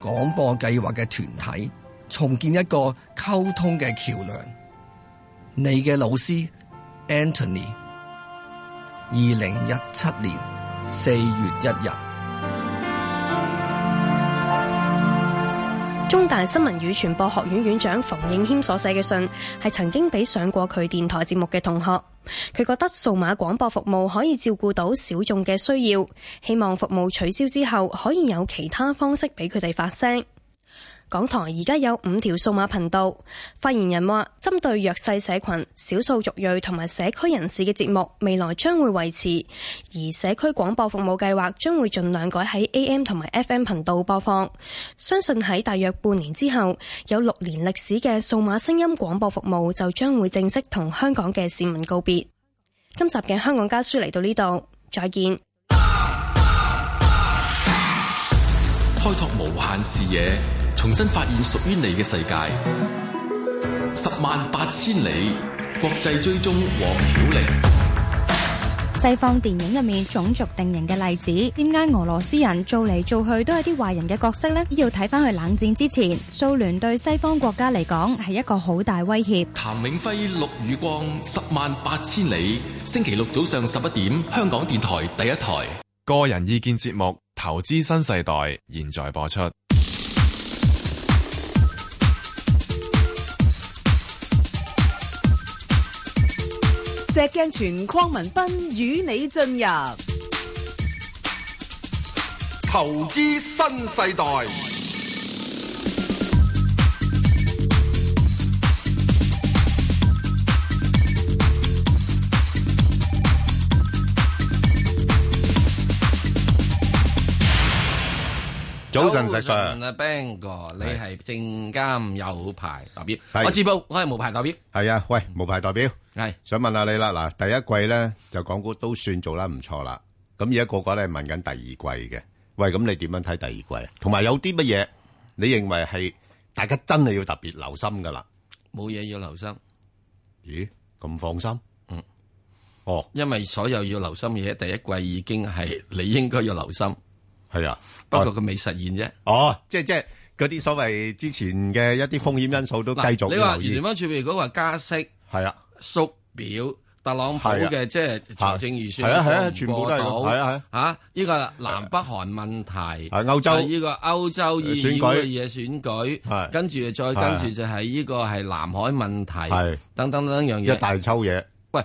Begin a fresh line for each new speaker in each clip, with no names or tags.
廣播計劃嘅團體，重建一個溝通嘅橋樑。你嘅老師 Anthony，二零一七年四月一日。
中大新聞與傳播學院院長馮應謙所寫嘅信，係曾經俾上過佢電台節目嘅同學。佢覺得數碼廣播服務可以照顧到小眾嘅需要，希望服務取消之後可以有其他方式俾佢哋發聲。港台而家有五條數碼頻道，發言人話針對弱勢社群、少數族裔同埋社區人士嘅節目，未來將會維持，而社區廣播服務計劃將會盡量改喺 AM 同埋 FM 頻道播放。相信喺大約半年之後，有六年歷史嘅數碼聲音廣播服務就將會正式同香港嘅市民告別。今集嘅香港家書嚟到呢度，再見。
開拓無限視野，重新發現屬於你嘅世界。十萬八千里國際追蹤黃曉玲，
西方電影入面種族定型嘅例子，點解俄羅斯人做嚟做去都係啲壞人嘅角色呢？要睇翻去冷戰之前，蘇聯對西方國家嚟講係一個好大威脅。
譚永輝、陸宇光，十萬八千里。星期六早上十一點，香港電台第一台。
個人意見節目《投資新世代》現在播出。
石鏡泉鄺民彬與你進入
投資新世代。
早晨，石 Sir，
啊，Bang 哥，你係證監有牌代表，
係
我自報我係無牌代表。
係啊，喂，無牌代表，
係
想問下你啦，嗱，第一季咧就港股都算做得唔錯啦，咁而家個個咧問緊第二季嘅，喂，咁你點樣睇第二季啊？同埋有啲乜嘢你認為係大家真係要特別留心噶啦？
冇嘢要留心。
咦，咁放心？
嗯，
哦，
因為所有要留心嘅嘢，第一季已經係你應該要留心。
係啊，
不過佢未實現啫。
哦，即係即係嗰啲所謂之前嘅一啲風險因素都繼
嗱
續
你話
要留
聯
意，
邦儲備嗰個加息、
係啊，
縮表、特朗普
係啊
嘅即係財政預算，
係啊係啊全部都係咁係啊係
啊。嚇，呢個南北韓問題，
係啊歐洲
係呢個歐洲議
選
議
舉
會嘅嘢選舉，
係
跟住再
係啊
跟住就係呢個係南海問題
係，
等等等樣
一
嘢。
大抽嘢。
喂，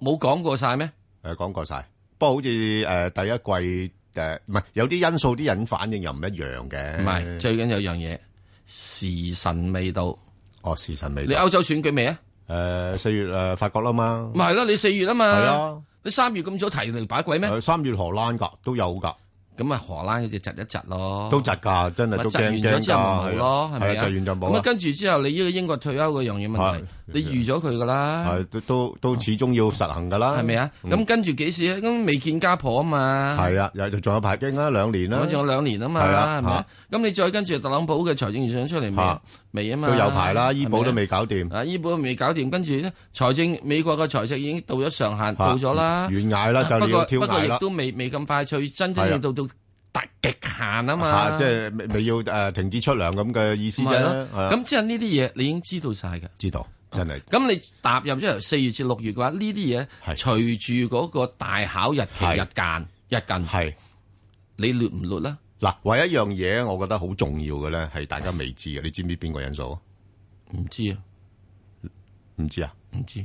冇講過晒咩？
诶，讲过晒。不過好似诶、誒第一季诶，唔、係有啲因素，啲人反應又唔一樣嘅。
唔係，最緊有樣嘢時辰未到。
哦，時辰未
你
到。
歐洲選舉未啊？
诶，四、月诶、誒法國啦嘛，
咪係咯，你四月啊嘛。
係啊，
你三月咁早提嚟擺鬼咩？
誒三、月荷蘭㗎都有㗎，
咁啊，荷蘭嗰只窒一窒咯。
都窒㗎，真係
咪
都
窒
驚
完
驚
咗之後咪冇咯，係
㗎係啊
咪
窒
啊？
完就冇
咁啊，
啦。
跟住之後，你呢個英國退休嘅樣嘢問題
係，
你預咗佢噶啦
係，都都都始終要實行㗎啦。
係咪啊？
嗯
咁跟住幾時啊？咁未見家婆啊嘛，
係啊，又仲有排經啦，兩年啦
我，仲有兩年啊嘛，
係啊
係咪啊？咁你再跟住特朗普嘅財政預算出嚟未啊
嚇？
未啊嘛，
都有排啦，
係咪啊
醫保都未搞掂，
啊，醫保未搞掂，跟住咧財政美國嘅財政已經到咗上限，
嚇
到咗啦。啊
懸崖啦，就
不
你
過
要
不
挑
過
崖
亦
啦。
都未未咁快脆，真正
係啊
要到到大極限啊嘛。
嚇即係未未要誒停止出糧咁嘅意思
咪
啫。
係
係啊
咯。咁即係呢啲嘢，你已經知道晒嘅。
知道，真係
咁你踏入咗由四月至六月嘅話，呢啲嘢
係
隨住嗰個大考日期
係
日間日近，
係。
你掠唔掠啦？
嗱，唯一一樣嘢，我覺得好重要嘅咧，係大家未知嘅。你知唔知邊個因素啊？
唔知啊，
唔知啊，
唔知，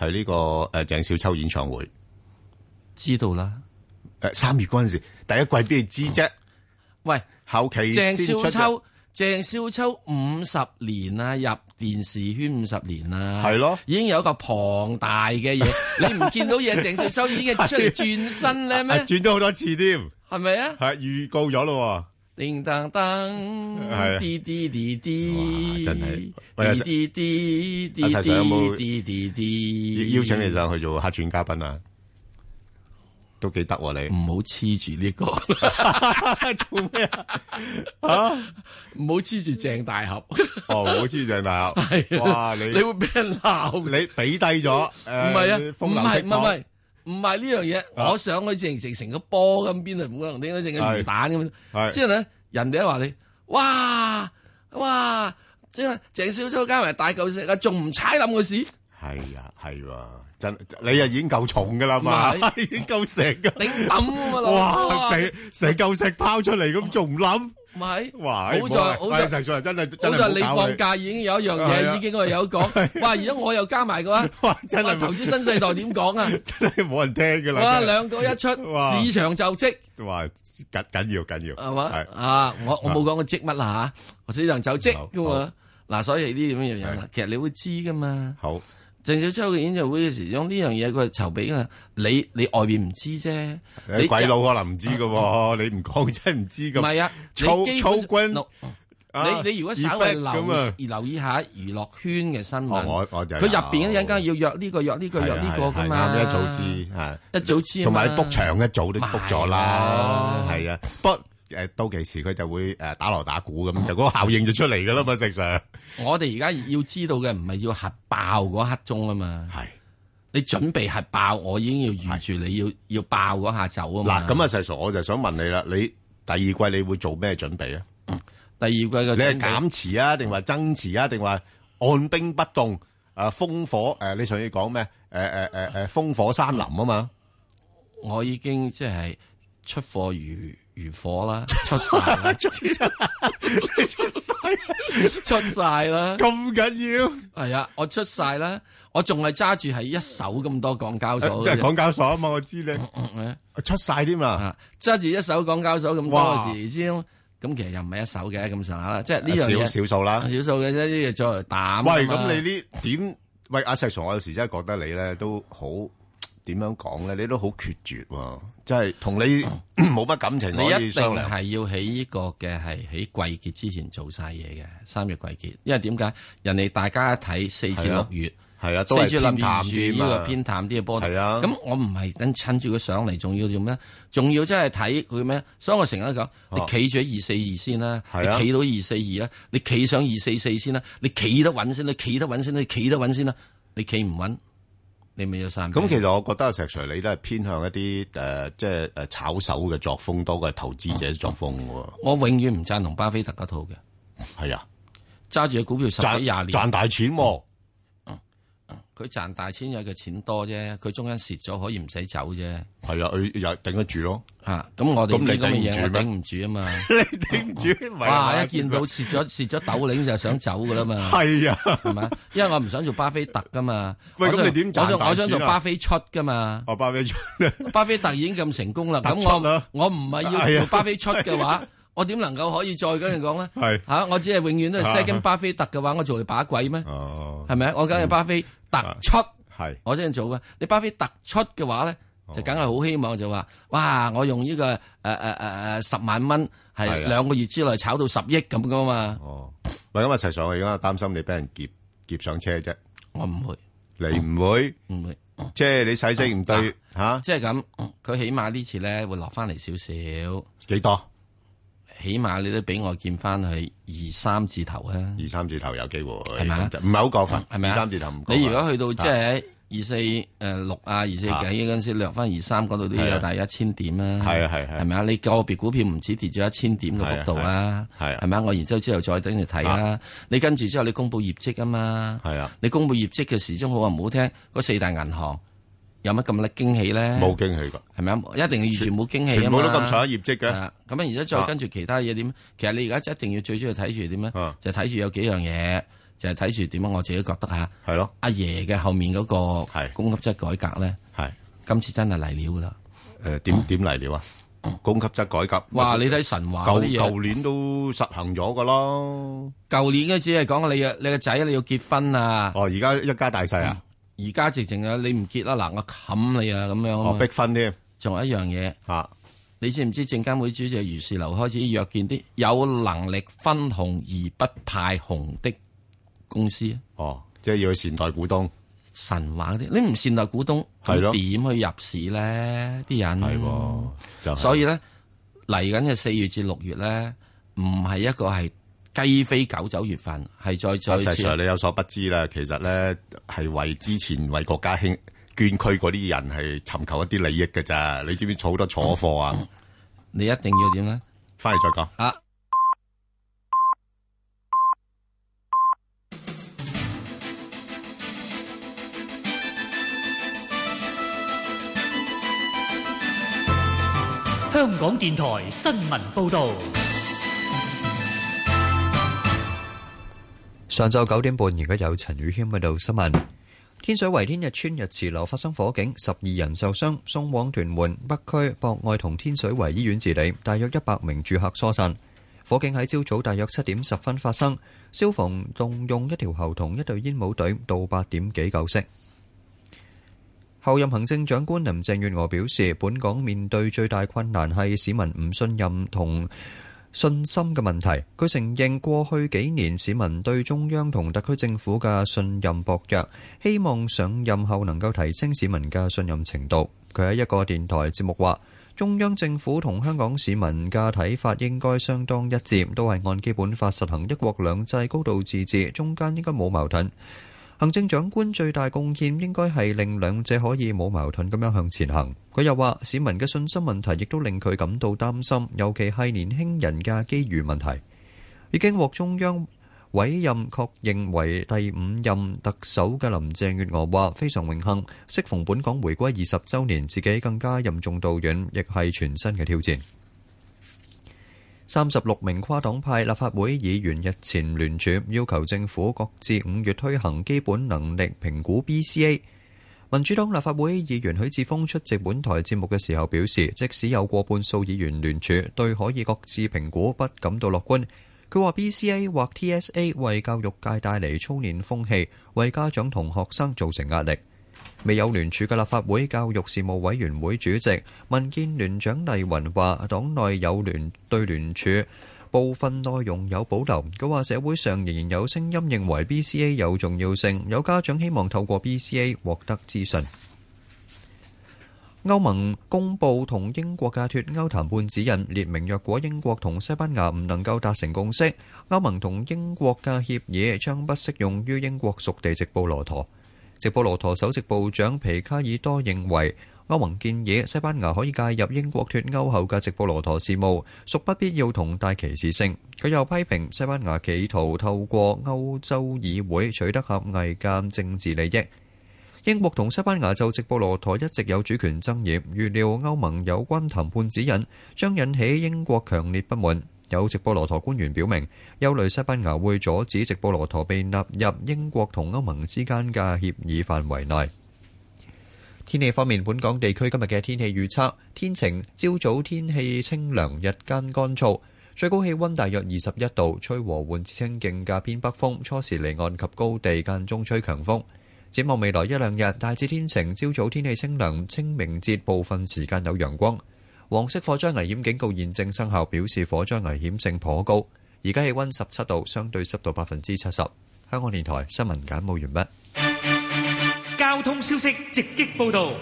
係呢、個誒鄭少秋演唱會
知道啦。
誒三、月嗰陣時，第一季邊度知啫？
喂，
後期
鄭
先出
少
嘅
秋，鄭少秋五十年啦，入電視圈五十年啦，
係咯
已經有一個龐大嘅 嘢，你唔見到嘢，鄭少秋已經出嚟轉身咧
啊
咩？
轉咗好多次添，
係咪啊？
係預告咗咯
叮當當，
啊
嗯滴滴滴滴，
哇啊真係喂阿
滴滴滴滴
阿細 Sir 有冇
滴滴
喎，
滴，
邀邀請你上去做客串嘉賓啊，都幾得喎
唔好黐住呢個，做咩啊？
啊
唔好黐住鄭大俠，
你。 哦，好知鄭大
係啊
俠，哇！你
你會俾人鬧嘅。
你俾低咗，唔
唔係啊，
風
唔
流
係
倜
唔
傥
係唔係呢樣嘢，
啊
我想佢淨成成個波咁邊度，冇可能點解淨係
係
魚蛋咁樣，
係
之後咧人哋都話你，哇哇，即係鄭少秋加埋大嚿石啊，仲唔踩冧個 市？
係啊，係喎，真你啊已經夠重噶啦嘛，
唔
已經夠石噶，
頂冧啊嘛，老
哇，
母
成成嚿石拋出嚟咁，仲唔冧？
唔係，
哇！啊
好在好在。
實在真係
好
真
在
係
你
冇搞
放假已經有一樣
係啊
嘢已經我哋有講，哇！而家我又加埋嘅話，
哇真係
哇投資新世代點講啊？
真係冇人聽㗎啦。
哇！
真係
兩個一出，
哇
市場就積
哇緊緊要緊要
係嘛
係啊
啊！我我冇講過積乜啦嚇，我市場就積嘅
好
嘛。嗱，所以呢啲咁樣嘢啦
係，
其實你會知噶嘛。
好
鄭少秋嘅演唱會嘅時鐘呢樣嘢佢係籌備啊，你你外邊唔知啫，啊
你鬼佬可能唔知㗎 喎，你唔講真係唔知
唔
㗎。
係啊，你
操
基本
操軍
嗱
啊
你你如果稍微
effect
留
咁啊
而留意下娛樂圈嘅新
哦
聞，
我我就
佢入邊嗰陣間要約呢個約呢個
係啊
約呢個噶
係
嘛，
啱一早知係
一早知啊嘛，
同埋你 book 場一早都 book 咗啦，
咪
係啊。不過誒到期時佢就會誒打鑼打鼓咁，就嗰個效應就出嚟㗎啦嘛，石 Sir
嗯我哋而家要知道嘅唔係要核爆嗰刻鐘啊嘛，
係。
你準備核爆，我已經要預住你要要爆嗰下走啊嘛。
嗱，咁啊，細叔，我就想問你啦，你第二季你會做咩準備啊？
嗯第二季嘅
你係
準備
減持啊，定話增持啊，定話按兵不動？啊，烽火誒，你上次講咩？誒誒誒誒，烽火山林啊嘛，
我已經即係出貨如如火啦，出晒啦，
出晒
出晒啦，
咁緊要，
係啊，我出晒啦，我仲係揸住係一手咁多港交所
即
嘅
係
啫，
港交所啊嘛，我知
嗯
你出晒添啦，
啊，揸住一手港交所咁多
哇
嘅時之中，咁其實又唔係一手嘅咁上下啦，即係呢樣
少
嘢
少數啦
少。數嘅啫，呢嘢作為膽。
喂，咁你呢點？喂，阿石 Sir，我有時真係覺得你咧都好點樣講咧，你都好決絕喎，即係同你 冇乜感情
嗯你
可
一
以
定
商量。
係要喺呢個嘅係喺季結之前做晒嘢嘅三月季結，因為點解人哋大家一睇四至
係
六
啊
月，
係啊，都
四
係
至
偏
六
淡
月呢
啲
個
嘛。
偏淡啲嘅波動。
係啊
咁我唔係等趁住佢上嚟，仲要做咩？仲要真係睇佢咩？所以我成日都講，你
哦
企住喺二四二先啦，
係啊
你企到二四二啦，你企上二四四先啦，你企得穩先啦，你企得穩先啦，你企得穩先啦，你企唔穩，你咪有散。
咁其實我覺得阿石 Sir 你都係偏向一啲誒、呃即係誒炒手嘅作風多過投資者作風喎。
我永遠唔贊同巴菲特嗰套嘅，
係啊，
揸住嘅股票十幾
賺
廿年。
賺大錢喎、
佢賺大錢有佢錢多啫，佢中間蝕咗可以唔使走啫。
係啊，佢又頂得住咯。
嚇，咁我哋
咁
呢啲
你
咁嘅嘢我
頂
頂唔住啊嘛。
你頂唔住？
哇！一見到蝕咗蝕咗斗領就想走噶啦嘛，
係啊，
係咪？因為我唔想做巴菲特噶嘛。
喂
我想
咁你點賺
我想
大
我想做
錢啊
巴菲出噶嘛。
我包俾出
巴菲特已經咁成功啦，咁
突出
我
啦
我唔係要
係
做
啊
巴菲出嘅 話，我點能夠可以再咁樣講咧？
係啊
嚇，我只係永遠都係 second 巴菲特嘅話，我做你把鬼咩？
哦，啊
係咪？我梗係巴菲特出。
係
我真係做嘅。你巴菲特出嘅話咧，就梗係好希望就話，哇！我用呢、個誒誒誒誒十萬蚊，係
係啊
兩個月之內炒到十億咁噶嘛？
哦。喂，咁啊，石 Sir，我而家擔心你俾人劫劫上車啫，
我唔會，
你唔會，
唔會，
即係你使息唔對嚇
啊即係咁。佢起碼呢次咧會落翻嚟少少，
幾多？
起碼你都俾我見翻去二三字頭啊，
二三字頭有機會，
係咪啊
咁就唔係好過分，
係咪啊
二三字頭唔啊過分。
你如果去到即係二四誒六啊，二四幾嗰陣時略翻二三嗰度都
係
有
啊
大約一千點啦，
係啊係啊係啊
係咪啊？你個別股票唔止跌咗一千點嘅幅度啦，
係啊係啊係啊
係咪啊？我然之後之後再等你睇啦，你跟住之後你公佈業績啊嘛，
係啊，
你公佈業績嘅時鐘好話唔好聽，嗰四大銀行有乜咁叻驚喜咧？
冇驚喜㗎。
係咪啊？一定要完全冇驚喜啊嘛
全部都咁上下業績嘅
啊咁啊，然之後再跟住其他嘢點？其實你而家一定要最主要睇住點咧
啊？
就睇住有幾樣嘢，就係睇住點樣。我自己覺得嚇，
係咯，
阿爺嘅後面嗰個
係
供給側改革咧，
係
今次真係嚟料噶啦！
誒點點嚟了啊？供給側改革，
哇！你睇神話嗰
舊
啲嘢，
舊年都實行咗噶咯。
舊年嘅只係講你嘅你個仔你要結婚啊，
哦，而家一家大細啊，
而家直情啊你唔結啦，嗱我冚你啊咁樣啊
哦
嘛
逼。婚添啊
仲有一樣嘢，
嚇，
你知唔知證監會主席余士流開始約見啲有能力分紅而不派紅的公司啊？
哦，即係要去善待股東，
神話嗰啲，你唔善待股東，
係
咁
咯
點去入市咧？啲人
係喎，就係
所以咧嚟緊嘅四月至六月咧，唔係一個係雞飛狗走月份，係
阿
再
石
再次
Sir，你有所不知啦，其實咧係為之前為國家興捐軀嗰啲人係尋求一啲利益嘅咋，你知唔知儲好多坐貨啊？
你一定要點咧？
翻嚟再講。
啊！
港電台新聞報道。
上晝九點半，而家有陳宇軒報道新聞。天水圍天日村日池樓發生火警，十二人受傷，送往屯門北區博愛同天水圍醫院治理，大約一百名住客疏散。火警喺朝早大約七點十分發生，消防動用一條喉同一隊煙霧隊到八點幾救熄。後任行政長官林鄭月娥表示，本港面對最大困難係市民唔信任同信心嘅問題。佢承認過去幾年市民對中央同特區政府嘅信任薄弱，希望上任後能夠提升市民嘅信任程度。佢喺一個電台節目話，中央政府同香港市民嘅睇法應該相當一致，都係按基本法實行一國兩制、高度自治，中間應該冇矛盾。行政長官最大貢獻應該係令兩者可以冇矛盾咁樣向前行。佢又話：市民嘅信心問題亦都令佢感到擔心，尤其係年輕人嘅機遇問題。已經獲中央委任確認為第五任特首嘅林鄭月娥話：非常榮幸，適逢本港回歸二十週年，自己更加任重道遠，亦係全新嘅挑戰。三十六名跨黨派立法會議員日前聯署，要求政府擱置五月推行基本能力評估 BCA。民主黨立法會議員許智峰出席本台節目嘅時候表示，即使有過半數議員聯署，對可以擱置評估不感到樂觀。佢話 BCA 或 TSA 為教育界帶嚟操練風氣，為家長同學生造成壓力。未有聯署嘅立法會教育事務委員會主席民建聯蔣麗芸話：黨內有聯對聯署部分內容有保留。佢話社會上仍然有聲音認為 BCA 有重要性，有家長希望透過 BCA 獲得資訊。歐盟公布同英國嘅脱歐談判指引，列明若果英國同西班牙唔能夠達成共識，歐盟同英國嘅協議將不適用於英國屬地直布羅陀。直布羅陀首席部長皮卡爾多認為，歐盟建議西班牙可以介入英國脱歐後嘅直布羅陀事務，屬不必要同帶歧視性。佢又批評西班牙企圖透過歐洲議會取得狹隘嘅政治利益。英國同西班牙就直布羅陀一直有主權爭議，預料歐盟有關談判指引將引起英國強烈不滿。有直布羅陀官員表明，憂慮西班牙會阻止直布羅陀被納入英國同歐盟之間嘅協議範圍內。天氣方面，本港地區今日嘅天氣預測天晴，朝早天氣清涼，日間乾燥，最高氣温大約二十一度，吹和緩至清勁嘅偏北風，初時離岸及高地間中吹強風。展望未來一兩日，大致天晴，朝早天氣清涼，清明節部分時間有陽光。黃色火災危險警告現正生效，表示火災危險性頗高。而家氣溫十七度，相對濕度百分之七十。香港電台新聞簡報完
畢。交通消息直擊報道。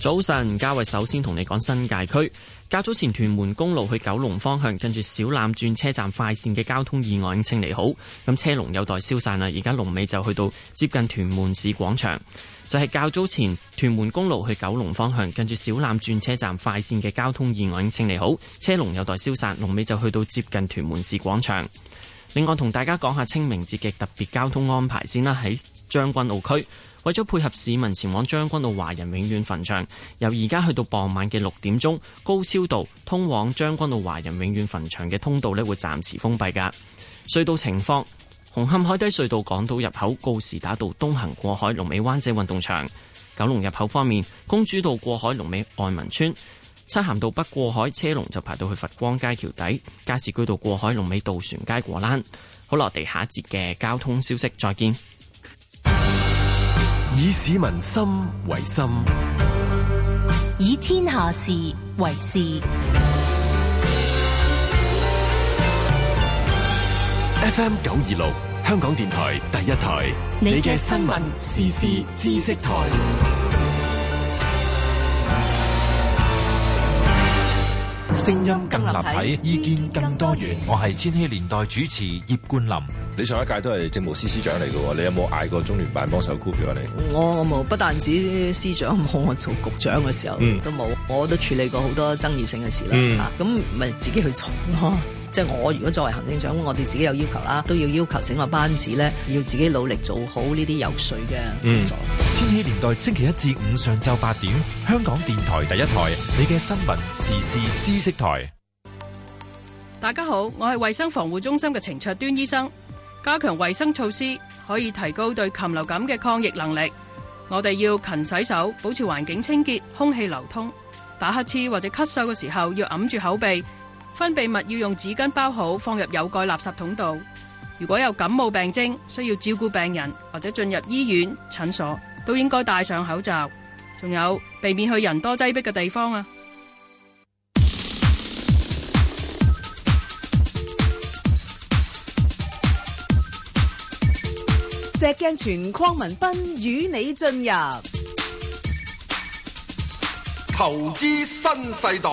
早晨，家偉首先同你講新界區。較早前屯門公路去九龍方向，近住小欖轉車站快線嘅交通意外已經清理好，咁車龍有待消散啦。而家龍尾就去到接近屯門市廣場。就係較早前屯門公路去九龍方向，近住小欖轉車站快線嘅交通意外已經清理好，車龍有待消散，龍尾就去到接近屯門市廣場。另外同大家講下清明節嘅特別交通安排先啦，喺將軍澳區，為咗配合市民前往將軍澳華人永遠墳場，由而家去到傍晚嘅六點鐘，高超道通往將軍澳華人永遠墳場嘅通道呢會暫時封閉㗎。隧道情況。紅磡海底隧道港島入口告士打道東行過海，龍尾灣仔運動場；九龍入口方面，公主道過海龍尾愛民村；漆咸道北過海車龍就排到去佛光街橋底；加士居道過海龍尾渡船街果欄。好啦，我哋下一節嘅交通消息再見。
以市民心為心，
以天下事為事。
FM 九二六，香港電台第一台，你嘅新聞時事知識台。
聲音更立體，意見更多元。我係千禧年代主持葉冠霖。
你上一屆都係政務司司長嚟嘅，你有冇嗌過中聯辦幫手箍票啊？你
我我冇，不但止司長冇，我做局長嘅時候、嗯、都冇，我都處理過好多爭議性嘅事啦。咁咪、嗯啊、自己去做咯。
即係我如果作為行政長官，我哋自己有要求啦，都要要求整個班子咧，要自己努力做好呢啲游說嘅
嗯
工作。
千禧年代星期一至五上晝八點，香港電台第一台，你嘅新聞時事知識台。
大家好，我係衛生防護中心嘅程卓端醫生。加強衛生措施可以提高對禽流感嘅抗疫能力。我哋要勤洗手，保持環境清潔、空氣流通。打乞嗤或者咳嗽嘅時候要揞住口鼻，分泌物要用紙巾包好，放入有蓋垃圾桶度。如果有感冒病徵，需要照顧病人或者進入醫院、診所，都應該戴上口罩。仲有，避免去人多擠迫嘅地方啊！
石鏡泉鄺民彬與你進入
投資新世代。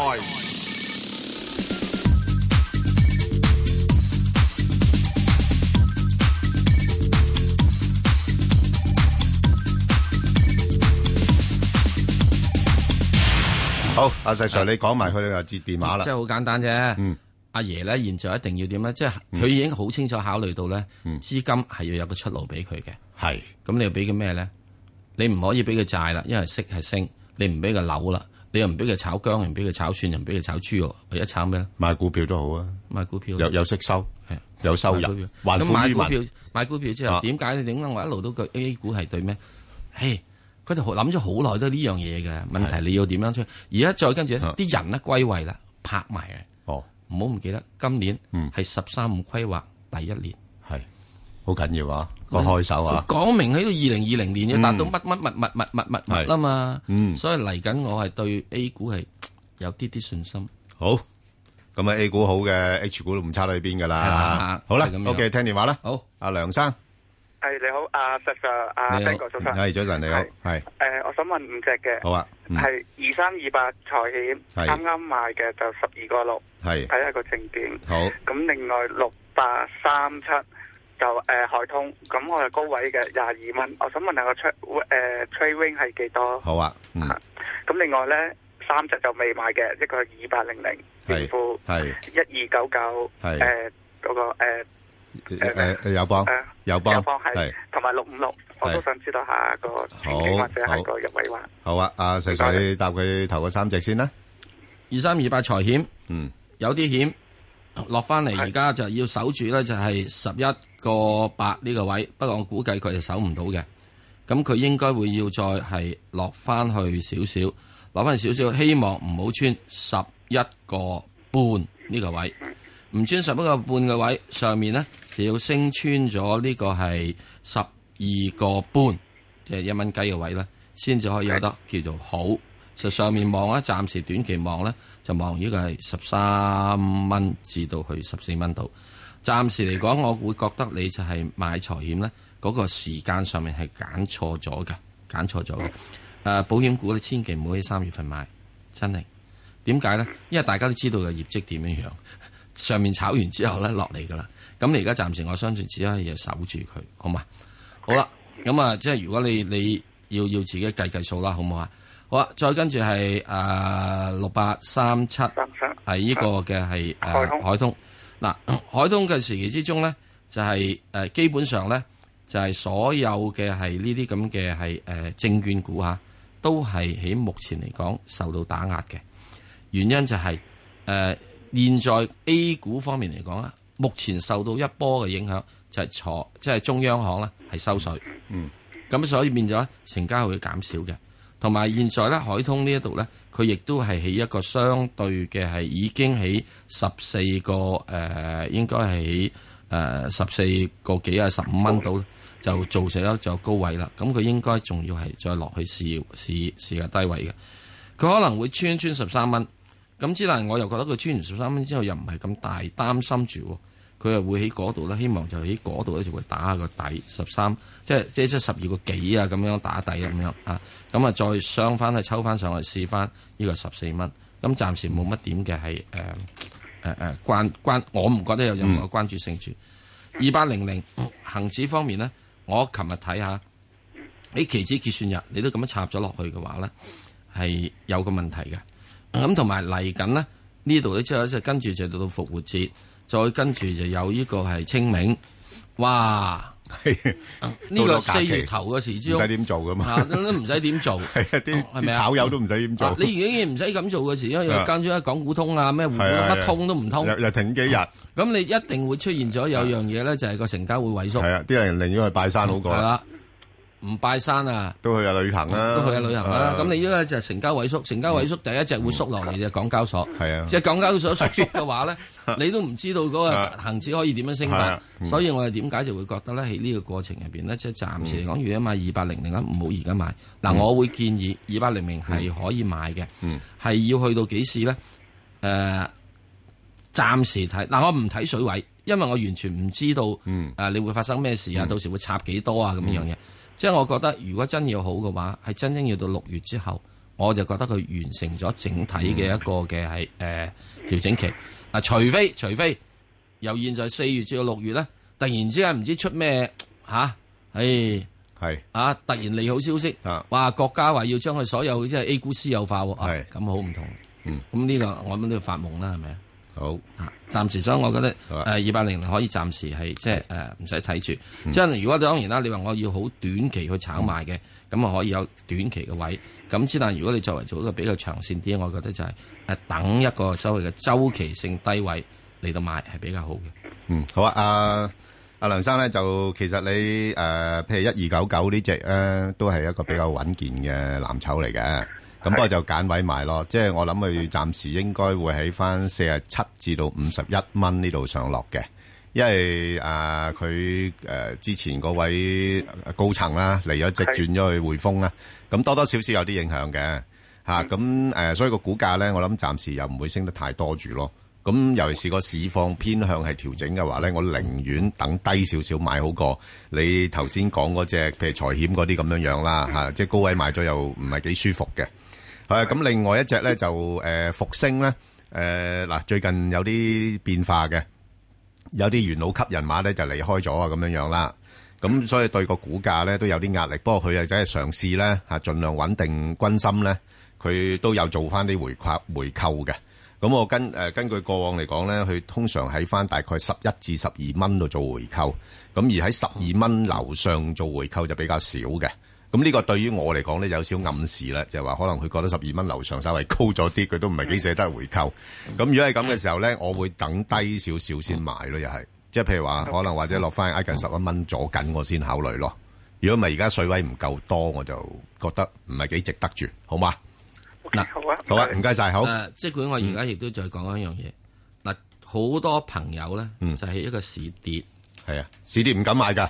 好，阿石 Sir，你講埋佢，你又接電話啦嗯
即係。好簡單啫。阿爺咧，現在一定要點咧？即係佢已經好清楚考慮到咧，資金係要有個出路俾佢嘅。
嗯係，
咁你要俾佢咩咧？你唔可以俾佢債啦，因為息係升；你唔俾佢樓啦，你又唔俾佢炒姜，又唔俾佢炒蒜，又唔俾佢炒豬肉，或者炒咩咧？
買股票都好啊，
買股票
有有息收，有收
買股票
入，還
咁買
富於
股票
民。，
買股票之後
啊
點解你點解我一路都覺 A 股係對咩？嘿，佢就諗咗好耐都係呢樣嘢嘅問題，你要點樣出？而家再跟住咧啲人咧歸位啦，拍埋嘅。
哦，
唔好唔記得，今年係十三五規劃第一年，
係好緊要啊，個開手啊，
講明喺度二零二零年要達到
嗯
乜乜乜乜乜乜乜乜啦嘛。所以嚟緊我係對 A 股係有啲啲信心。
好。咁啊，A 股好嘅，H 股都唔差到去邊噶啦
啊。
好啦
係咁樣
，OK，聽電話啦。
好，
阿梁生，
係你好，阿石 Sir，阿
你
Ben
好
哥早晨。
係早晨，你好，係
誒，我想問五隻嘅。
好啊嗯
係二三二八財險，
係
啱啱買嘅就十二個六，
係
睇下個證件。
好
咁另外六八三七就誒海通，咁我係高位嘅廿二蚊。我想問下個 trade 誒 trading 係幾多？
好啊，嗯
咁另外咧三隻就未買嘅，一個係二八零零
係
盈富，
係
一二九九，
係
誒嗰個誒
誒友邦
誒
友邦
友邦係
係
同埋六五六，我都
係
想知道下個前景
好
或者係個入位話。
好啊，阿石 Sir，你答佢頭嗰三隻先啦。
二三二八財險，
嗯，
有啲險落翻嚟，而家就要守住咧，就係十一個八呢個位。不過我估計佢係守唔到嘅，咁佢應該會要再係落翻去少少，落翻去少少，希望唔好穿十一個半呢個位。唔穿十一個半嘅位上面呢，就要升穿咗呢個係十二個半，即係一蚊雞嘅位呢，先至可以有得叫做好。實上面望咧，暫時短期望呢，就望呢個係十三蚊至到去十四蚊度。暫時嚟講，我會覺得你就係買財險呢嗰、個時間上面係揀錯咗嘅，揀錯咗嘅。誒、保險股你千祈唔好喺三月份買，真係。點解呢？因為大家都知道嘅業績點樣樣，上面炒完之後呢，落嚟噶啦。咁你而家暫時我相信只可以守住佢，好嘛？好啦，咁啊，即係如果你你要要自己計計數啦，好唔好啊？好啊，再跟住係誒六八三七，係呢個嘅係誒海通。嗱， 海通嘅時期之中咧，就係、誒、基本上咧，就係、所有嘅係呢啲咁嘅係誒證券股啊嚇，都係喺目前嚟講受到打壓嘅。原因就係、誒、現在 A 股方面嚟講啊，目前受到一波嘅影響就係坐即係中央行咧係收水，
嗯，
咁所以變咗咧成交會減少嘅，同埋現在咧海通呢一度咧，佢亦都係喺一個相對嘅係已經喺十四個誒、呃，應該係喺誒十四個幾啊十五蚊度就造成咗就高位啦，咁佢應該仲要係再落去試試試下低位嘅。佢可能會穿穿十三蚊。咁之但係我又覺得佢穿完十三蚊之後又唔係咁大擔心住喎，佢又會喺嗰度咧，希望就喺嗰度咧就會打下個底十三，即係即係十二個幾啊咁樣打底咁樣啊，咁啊再上翻去抽翻上去試翻呢個十四蚊，咁暫時冇乜點嘅係誒誒誒關關，我唔覺得有任何關注性住。二八零零恒指方面呢，我琴日睇下喺期指結算日，你都咁樣插咗落去嘅話呢，係有個問題嘅。咁同埋嚟緊呢，呢度咧之後就跟住就到復活節，再跟住就有呢個係清明，哇！啊呢
到
個
咗假期
四月頭嘅時之中
唔使點做㗎嘛
啊都唔使點做，
係啊 啲
係咪
啲
啊
炒友都唔使點 做
啊你已經唔使咁做嘅時，因為
係啊
間中一港股通啊，咩互通
係啊係
乜
啊
通都唔通，
又又停幾日
啊咁你一定會出現咗有樣嘢咧，就係個成交會萎縮。
係啊，啲人寧願去拜山好過。
係啦，唔拜山啊，
都去下旅行啦，啊
都去下旅行啦。
係
咁你呢個就係成交萎縮，成交萎縮第一隻會縮落嚟嘅港交所。
係啊
即係港交所縮縮嘅 話咧，你都唔知道嗰個恒指可以點樣升
啊係
法
啊。嗯
所以我哋點解就會覺得咧喺呢個過程入邊咧，即係暫時嚟講，如果買二八零零啊咧，唔好而家買。嗱，
嗯
我會建議二八零零
嗯
係可以買嘅，係要去到幾時咧？誒，暫時睇嗱，我唔睇水位，因為我完全唔知道誒你會發生咩事啊，
嗯
到時會插幾多啊咁樣
嗯
嘢。即係我覺得，如果真要好嘅話，係真正要到六月之後，我就覺得佢完成咗整體嘅一個嘅係誒調整期。啊，除非除非由現在四月至到六月咧，突然之間唔知出咩吓，唉，
係
啊，突然利好消息，哇，國家話要將佢所有即係 A 股私有化喎，啊咁好唔同。
嗯，
咁呢個我諗都要發夢啦，係咪啊？
好
啊，暫時所以我覺得呃
好啊
誒二百零可以暫時係即係誒唔使睇住。
嗯
即係如果當然啦，你話我要好短期去炒賣嘅，咁啊可以有短期嘅位。咁之但如果你作為做一個比較長線啲，我覺得就係誒等一個所謂嘅周期性低位嚟到買係比較好嘅。
嗯，好啊，阿阿梁生咧就其實你誒、呃譬如一二九九呢只咧，都係一個比較穩健嘅藍籌嚟嘅。咁不過就揀位買咯，即係我諗佢暫時應該會喺翻四十七至到五十一蚊呢度上落嘅，因為誒佢誒之前嗰位高層啦嚟咗
係
即轉咗去匯豐啦，咁多多少少有啲影響嘅。吓咁誒，所以個股價咧，我諗暫時又唔會升得太多住咯。咁尤其是個市況偏向係調整嘅話咧，我寧願等低少少買好過你頭先講嗰只，譬如財險嗰啲咁樣樣啦嚇，即係高位買咗又唔係幾舒服嘅。係咁，另外一隻咧就誒復星咧，誒嗱最近有啲變化嘅。有啲元老級人馬咧就離開咗啊，咁樣樣啦。咁所以對個股價咧都有啲壓力。不過佢又真係嘗試咧嚇，盡量穩定軍心咧，佢都有做翻啲回購回購嘅。咁我根誒、呃根據過往嚟講咧，佢通常喺翻大概十一至十二蚊度做回購，咁而喺十二蚊樓上做回購就比較少嘅。咁呢個對於我嚟講咧有少暗示啦，就係話可能佢覺得十二蚊樓上稍微高咗啲，佢都唔係幾捨得回購。
嗯
咁如果係咁嘅時候咧，我會等低少少先買咯，又係即係譬如話
嗯
可能或者落翻挨近十一蚊左緊，我先考慮咯。如果唔係而家水位唔夠多，我就覺得唔係幾值得住，好嘛？
嗱，
好啊，唔該晒，好。嗯
誒，呃即管我而家亦都再講一樣嘢。嗱，好多朋友咧
嗯
就係一個市跌，
係啊，市跌唔敢買㗎。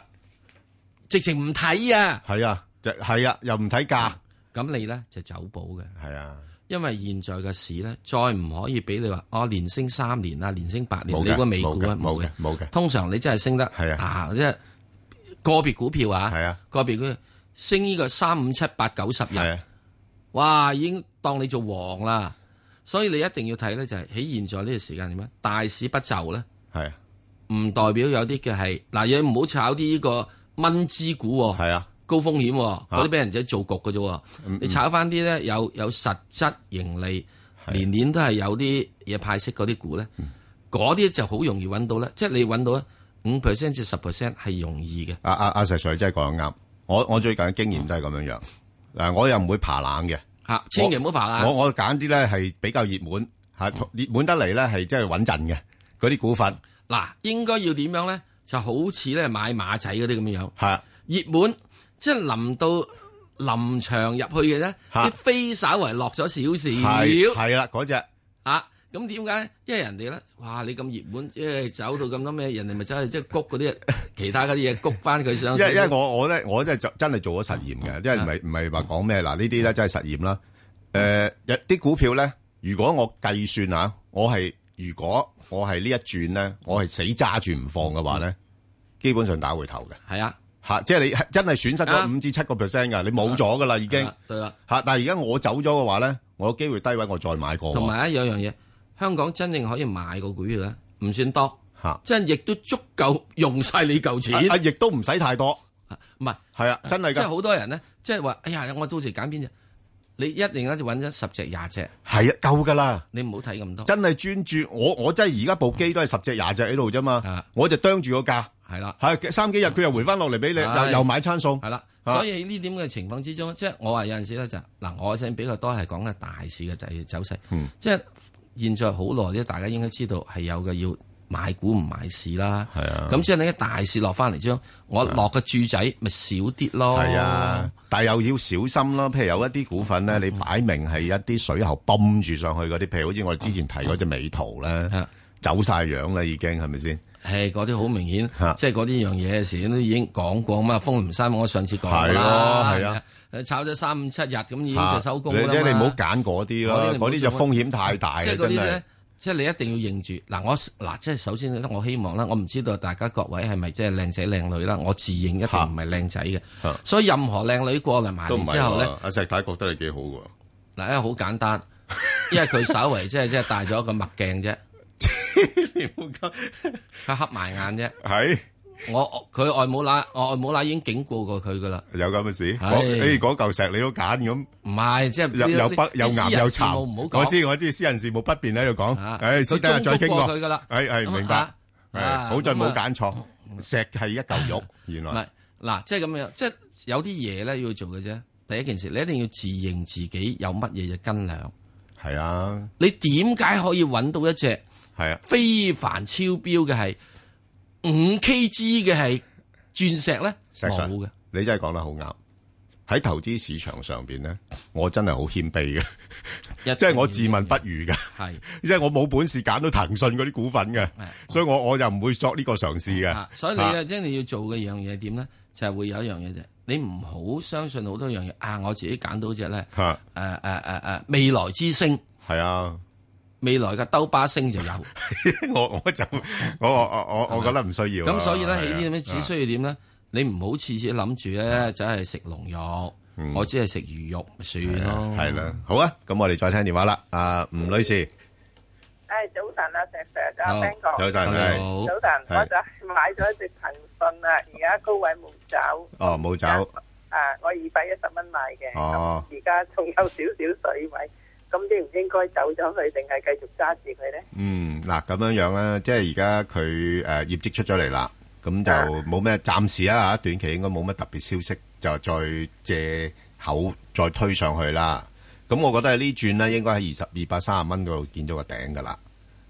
直情唔睇啊。
係啊，就係啊，又唔睇價。
咁你咧就走寶嘅。
係啊，
因為現在嘅市咧，再唔可以俾你話哦，連升三年啊，連升八年，
冇
你
嘅
個美股啊，
冇嘅冇嘅冇嘅
通常你真係升得係啊，即係個別股票啊，係
啊，
個別股票升呢個三五七八九十
啊
日，哇，已經當你做王啦。所以你一定要睇咧，就係喺現在呢個時間點咧，大市不就咧，
係啊
唔代表有啲嘅係嗱，你唔好炒啲呢個蚊枝股喎，
係啊，嗯
高風險喎，嗰啲俾人仔做局嘅啫喎，你炒翻啲咧有有實質盈利，年年都係有啲嘢派息嗰啲股咧，
嗯
嗰啲就好容易揾到咧，即係你揾到五 percent 至十 percent 係容易嘅。
阿阿啊阿石 Sir 真係講得啱。我我最近嘅經驗都係咁樣樣。嗱，我又唔會爬冷嘅。
吓，千祈唔好啊嗯爬冷
我我揀啲咧係比較熱門嚇，熱門得嚟咧係真係穩陣嘅嗰啲股份。
嗱，應該要點樣咧？就好似咧買馬仔嗰啲咁樣樣，
係啊
熱門，即係臨到臨場入去嘅咧，啲飛稍為落咗少少，
係係啦，嗰只。
啊，咁點解呢？因為人哋咧，哇！你咁熱門，即係走到咁多咩，人哋咪走去即係谷嗰啲其他嗰啲嘢，谷翻佢上
因
去。
因為我我咧，我真係做真係做咗實驗嘅，即係唔
啊
係唔係話講咩嗱？呢啲咧真係實驗啦。
嗯
誒，有啲股票咧，如果我計算啊，我係如果我係呢一轉咧，我係死揸住唔放嘅話咧，基本上打回頭嘅。
嗯係啊，
嚇！即係你係真係損失
啊
咗五至七個 percent 㗎，你冇咗㗎啦已經
啊對啦，
嚇！但係而家我走咗嘅話咧，我有機會低位我再買過喎。
同埋一樣樣嘢，香港真正可以買個股票咧，唔算多，
嚇，
即係亦都足夠用晒你嚿錢
啊，亦都唔使太多。
唔係
係啊，真係㗎。
即係好多人咧，即係話，哎呀，我到時揀邊只你一定咧就揾咗十隻廿隻，
係啊，夠㗎啦。
你唔好睇咁多。
真係專注，我我真係而家部機都係十隻廿隻喺度啫嘛，我就啄住個價，
啊係啦，啊
係三幾日佢又回翻落嚟俾你，
係
又又買餐餸，
係啦。
啊
所以喺呢點嘅情況之中，即係我話有陣時咧就嗱，我想比較多係講嘅大市嘅走走勢，
嗯
即係現在好耐咧，大家應該知道係有嘅要買股唔買市啦。係啊咁即係你一大市落翻嚟之後，我落嘅注仔咪少啲咯。
係啊，但係又要小心咯。譬如有一啲股份
嗯
咧，你擺明係一啲水喉泵住上去嗰啲，譬如好似我哋之前提嗰只美圖咧，走晒樣啦，已經係咪先？
嗯係嗰啲好明顯，即係嗰啲樣嘢嘅時都已經講過嘛。風林山我上次講過啦，
係咯係啊
誒，炒咗三五七日咁已經
嚇
就收工
你
啦嘛。
即係你唔好揀嗰啲咯
你唔好
嗰啲就
做
風險太大啦啊
即係嗰啲
真係
咧，即係你一定要認住嗱。我嗱，即係首先我希望啦，我唔知道大家各位係咪即係靚仔靚女啦。我自認一定唔係靚仔嘅，所以任何靚女過嚟埋
都唔
嚟
係
之後咧
喎，阿石太覺得你幾好喎。
嗱，因為好簡單，因為佢稍為即係即係戴咗個墨鏡 啫，佢黑埋眼啫。
係
我佢外母乸，我外母乸已經警告過佢噶啦。
有咁嘅事，
唉
嗰誒嗰嚿石你都揀咁，
唔係即係
又
呢
又
呢
北又
私
岩
人
又
事務
沉，
唔好講
我知我知，私人事務不便喺度講，誒私
佢
底下
忠告
再傾
過
過
佢噶啦。
誒誒明白
啊，
誒
啊
好在冇
咁啊
揀錯，石係一嚿肉，原
唔係
來
嗱，即係咁樣，即係有啲嘢咧要做嘅啫。第一件事，你一定要自認自己有乜嘢嘅斤兩。
係啊，
你點解可以揾到一隻
係啊
非凡超標嘅係五 kg 嘅係鑽石咧？
石
冇
Sir，
嘅，
你真係講得好啱。喺投資市場上邊咧，我真係好謙卑嘅，即係我自問不如嘅，
係
即係我冇本事揀到騰訊嗰啲股份嘅，所以我我就唔會作呢個嘗試嘅。
所以你
啊
啊，即係你要做嘅樣嘢點咧，就係會有一樣嘢啫。你唔好相信好多樣嘢啊！我自己揀到只咧，
誒
誒誒誒，呃未來之星
啊係啊，
未來嘅兜巴星就有。
我我就我我我我覺得唔需要啦。
咁所以咧，喺呢啲
係啊啊
咩只需要點咧？你唔好次次諗住咧，就係食龍肉，我只係食魚肉咪算咯。
嗯係啦，好啊，咁我哋再聽電話啦。阿吳女士，
誒早晨啊，石 Sir，阿
好
Ben 哥，
早晨係
早晨，
係
我就係買咗一隻騰訊啊，而家高位冇走，
哦冇走，
啊，我二百一十蚊買嘅，
哦
而家仲有少少水位，咁應唔應該走咗佢，定係繼續揸住佢咧？
嗯，嗱咁樣樣啦，即係而家佢誒業績出咗嚟啦，咁就冇咩暫時啊嚇，短期應該冇乜特別消息，就再借口再推上去啦。咁我覺得呢轉呢應該喺二十二百三十蚊嗰度見咗個頂噶啦。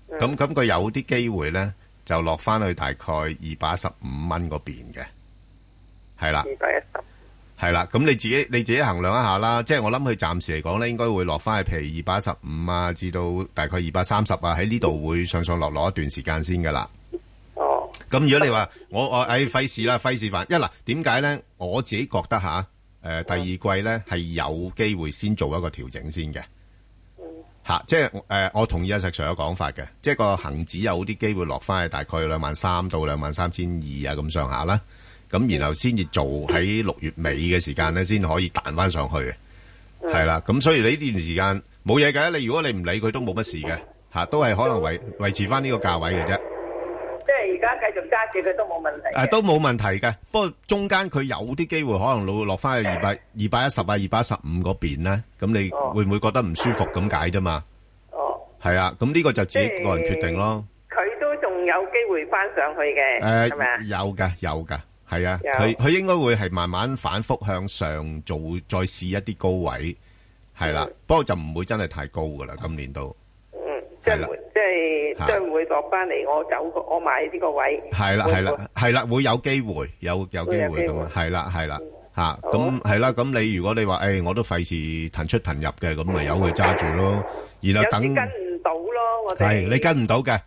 嗯
咁咁佢有啲機會咧，就落翻去大概二百一十五蚊嗰邊嘅，係啦。
二百一十，
系啦，咁你自己你自己衡量一下啦，即係我諗佢暫時嚟講咧，應該會落翻去譬如二百十五啊，至到大概二百三十啊，喺呢度會上上落落一段時間先噶啦。哦。咁如果你話我我誒費事啦，費事煩，因為嗱點解咧？我自己覺得吓，誒、第二季咧係有機會先做一個調整先嘅。吓、即係誒、呃我同意阿石 Sir 嘅講法嘅，即係個恒指有啲機會落翻去大概兩萬三到兩萬三千二啊咁上下啦，咁然後先至做喺六月尾嘅時間咧，先可以彈翻上去嘅，係啦、咁所以你呢段時間冇嘢嘅，你如果你唔理佢都冇乜事嘅，吓、都係可能維維持翻呢個價位嘅啫。
即係而家繼續揸住佢都冇問題。
誒都冇問題嘅，不過中間佢有啲機會可能會落翻去二百二百一十啊、二百一十五嗰邊咧，咁你會唔會覺得唔舒服咁解啫嘛？哦，係啊，咁呢個就自己個人決定咯。
佢都仲有機會翻上去嘅，
誒
係咪啊？
有嘅，有嘅，係啊，
有
佢佢應該會係慢慢反覆向上做，再試一啲高位，係啦，不過就唔會真係太高噶啦，今年都
嗯，
係啦。
即係
嚇
將會落翻嚟，我走個，我買呢個位。
系啦，系啦，系啦，會有機會，有有机
會嗯
会
有機
咁
會
啊，係啦，係啦，吓咁係啦，咁你如果你話诶，我都費事騰出騰入嘅，咁咪由佢揸住咯，然後
有
等
時跟唔到咯，我哋
係你跟唔到嘅，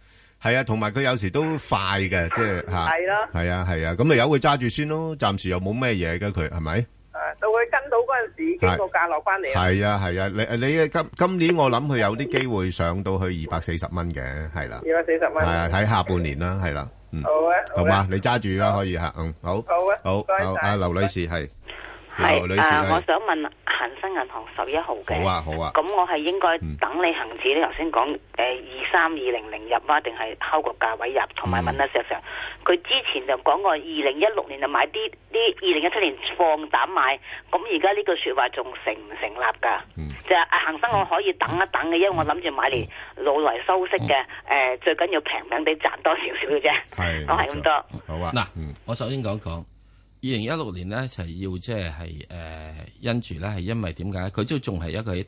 係啊，同埋佢有時都快嘅，即係吓，
係咯
係啊，係啊，咁咪由佢揸住先咯，暫時又冇咩嘢嘅佢係咪？
啊到佢跟到嗰陣時，已經個價落翻嚟啦。
係啊，係啊，你你今今年我諗佢有啲機會上到去二百四十蚊嘅，係啦，
二百四十蚊。
係啊，睇下半年啦，係啦，嗯。
好啊，
好嘛，你揸住啦，可以吓，嗯，好，
好啊
好
唔，該晒
好，阿刘女士系，
係
刘女士
啊，我
係
想問恒生銀行十一號嘅，
好啊，好啊，
咁我係應該等你恒呃
嗯
指你頭先講誒二三二零零入啊，定係敲個價位入，同埋問阿石 Sir，佢佢之前就講過二零一六年就買啲啲二零一七年放膽買，咁而家呢句説話仲成唔成立㗎？
嗯
就係恒生我可以等一等嘅，因為我諗住買嚟
嗯
老來收息嘅，誒、呃最緊要平平地賺多少少嘅啫。
係
我係咁多。
好啊。
嗱，我首先講講，二零一六年咧就係要即係係誒，因住咧係因為點解佢都仲係一個喺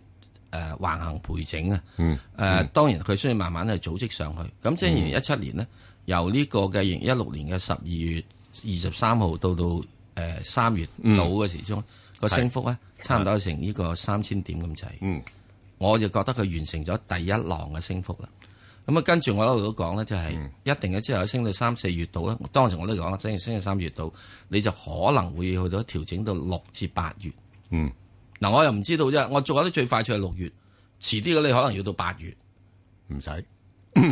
誒橫行培整啊。
嗯
誒、當然佢需要慢慢去組織上去。咁即係二零一七年呢，由呢個嘅二零一六年嘅十二月二十三號到到誒三、月
嗯
到嘅時鐘，個、升幅咧差唔多成呢個三千點咁滯。嗯，我就覺得佢完成咗第一浪嘅升幅啦。咁啊，跟住我一路都講咧，就係、
嗯
一定嘅之後升到三四月度咧，當時我都講啦，升升到三月度，你就可能會去到調整到六至八月。
嗯，
嗱，我又唔知道啫，我做得最快就係六月，遲啲嘅你可能要到八月。
唔使，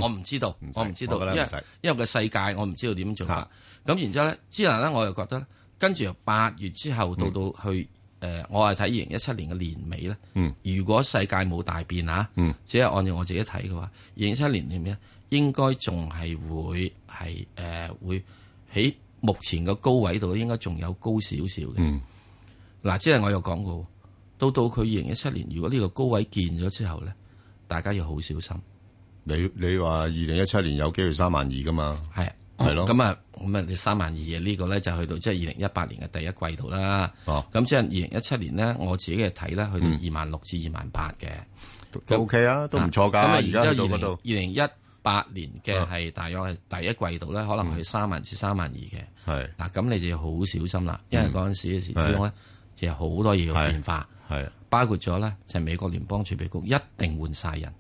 我唔知道，我唔知道
我
因
覺，得
為
唔使
因為個世界我唔知道點做法。咁然之後咧，之後咧我又覺得呢，跟住由八月之後到到
嗯
去誒，我係睇二零一七年嘅年尾咧。
嗯
如果世界冇大變啊，
嗯
只係按照我自己睇嘅話，二零一七年年尾呢應該仲係會係誒會喺目前嘅高位度應該仲有高少少嘅。
嗯
嗱，即係我有講過，到到佢二零一七年，如果呢個高位見咗之後咧，大家要好小心。
你你话二零一七年有機會三萬二噶嘛？
係
系咯。
咁啊，咁啊，你三萬二嘅呢個咧就去到即係二零一八年嘅第一季度啦。
哦，嗯
咁即係二零一七年咧，我自己嘅睇咧，去到二萬六至二萬八嘅，
都 OK 啊都唔錯㗎
咁啊，
而家
然
去
之
到
後
嗰度
二零一八年嘅係大約係第一季度咧，可能去三萬至三萬二嘅。
嗯係
嗱，咁你就要好小心啦，因為
嗯
嗰陣時嘅時
係
鐘咧，就有好多嘢要變化，
係
包括咗咧就係美國聯邦儲備局一定換晒人。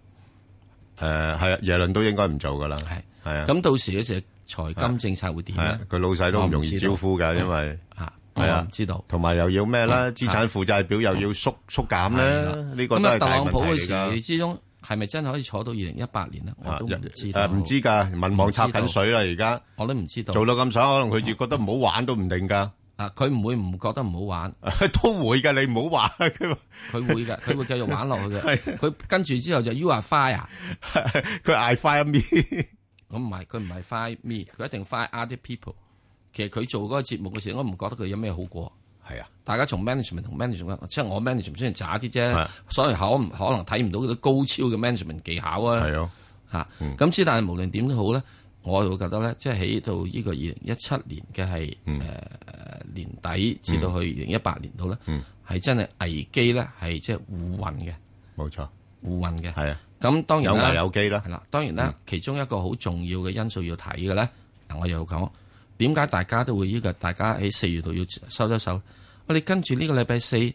诶，系啊，耶倫都應該唔做噶啦。
係
系啊。
咁到時嗰隻財金政策會點
係
咧
啊？佢老細都唔容易招呼㗎，因為
嚇
係
我
啊
唔，知道。
同埋又要咩啦？
嗯
資產負債表又要縮縮減
係
咧，
啦
呢個
咁
都
啊，特
係大
朗普嘅
問題嚟
時
㗎。
之中係咪真係可以坐到二零一八年呢？我都唔知道。
誒唔知㗎，民望插緊水啦，而家
我都唔知道。
做到咁上下，可能佢就覺得唔好玩都唔定㗎。
啊，佢唔會唔覺得唔好玩，
都會㗎，你唔好玩佢。
佢會㗎，佢會繼續玩落去嘅。佢跟住之後就 You are fire，
佢嗌 fire me。
咁唔係，佢唔係 fire me，佢一定 fire other people。其實佢做嗰個節目嘅時候，我唔覺得佢有咩好過。
係啊，
大家從 management 同 management，即係我 management 雖然渣啲啫，所以可唔可能睇唔到佢啲高超嘅 management 技巧啊。
係啊，
嚇。咁之但係無論點都好咧，我就會覺得咧，即係喺到呢個二零一七年嘅係
嗯
誒年底至到去二零一八年度咧，
嗯
係真係危機咧，係即係互運嘅，
冇錯，
互運嘅。
係啊，
咁當然
有
啦，
危有機啦。
係啦，當然
嗯
啦，其中一個好重要嘅因素要睇嘅咧，嗱我又講點解大家都會呢個，大家喺四月度要收收手。我哋跟住呢個禮拜四，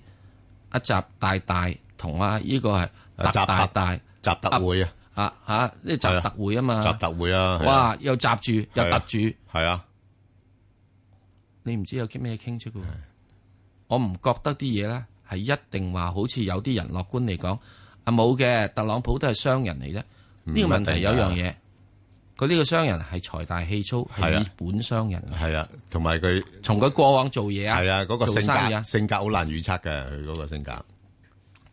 阿習大大同啊呢個係
阿
特
習
大
特
大
習特會啊，
啊嚇，呢習特會啊嘛，
集特會啊。係啊
哇！又閘住，又揼住，
係啊，
你唔知有啲咩傾出嘅喎。我唔覺得啲嘢咧係一定話好似有啲人樂觀嚟講，啊冇嘅，特朗普都係商人嚟啫。呢個問題有一樣嘢，佢呢個商人係財大氣粗，
啊
係以本商人。
係啊，同埋佢
從佢過往做嘢啊，
係啊，嗰個
做
性
生意啊
格，性格好難預測嘅，佢嗰個性格。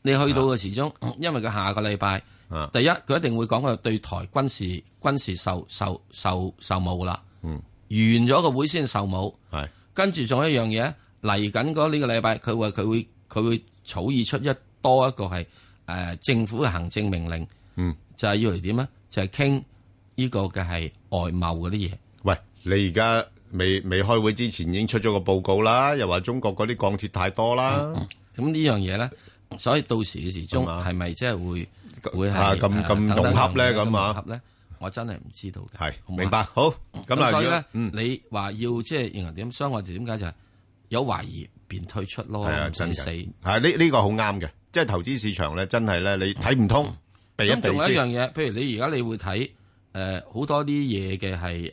你去到嘅時鐘，因為佢下個禮拜
啊
第一，佢一定會講佢對台軍事軍事受受受受武啦。
嗯，
完咗個會先受武。
係
跟住仲有一樣嘢嚟緊嗰呢個禮拜，佢話佢會佢會草擬出一多一個係誒、呃政府嘅行政命令，
嗯，
就係要嚟點咧？就係傾呢個嘅係外貿嗰啲嘢。
喂，你而家未未开会之前已經出咗個報告啦，又話中國嗰啲鋼鐵太多啦。
咁呢樣嘢咧，所以到時嘅時鐘
係嘛
係咪即係會會
啊
係
咁
呃
咁
等等
融合咧
樣嘢
咁啊
融合咧，我真係唔知道嘅。
係
好嘛
明白好咁嗱
所以
如
咧
果，嗯
你話要即係認為點？所以我哋點解就係有懷疑便退出咯，
係啊，
唔
真
使
嘅。
死。
係呢呢個好啱嘅，即係投資市場咧，真係咧你睇唔通，避一
咁仲
避
有一樣
先。
嘢，譬如你而家你會睇呃誒好多啲嘢嘅係誒誒誒誒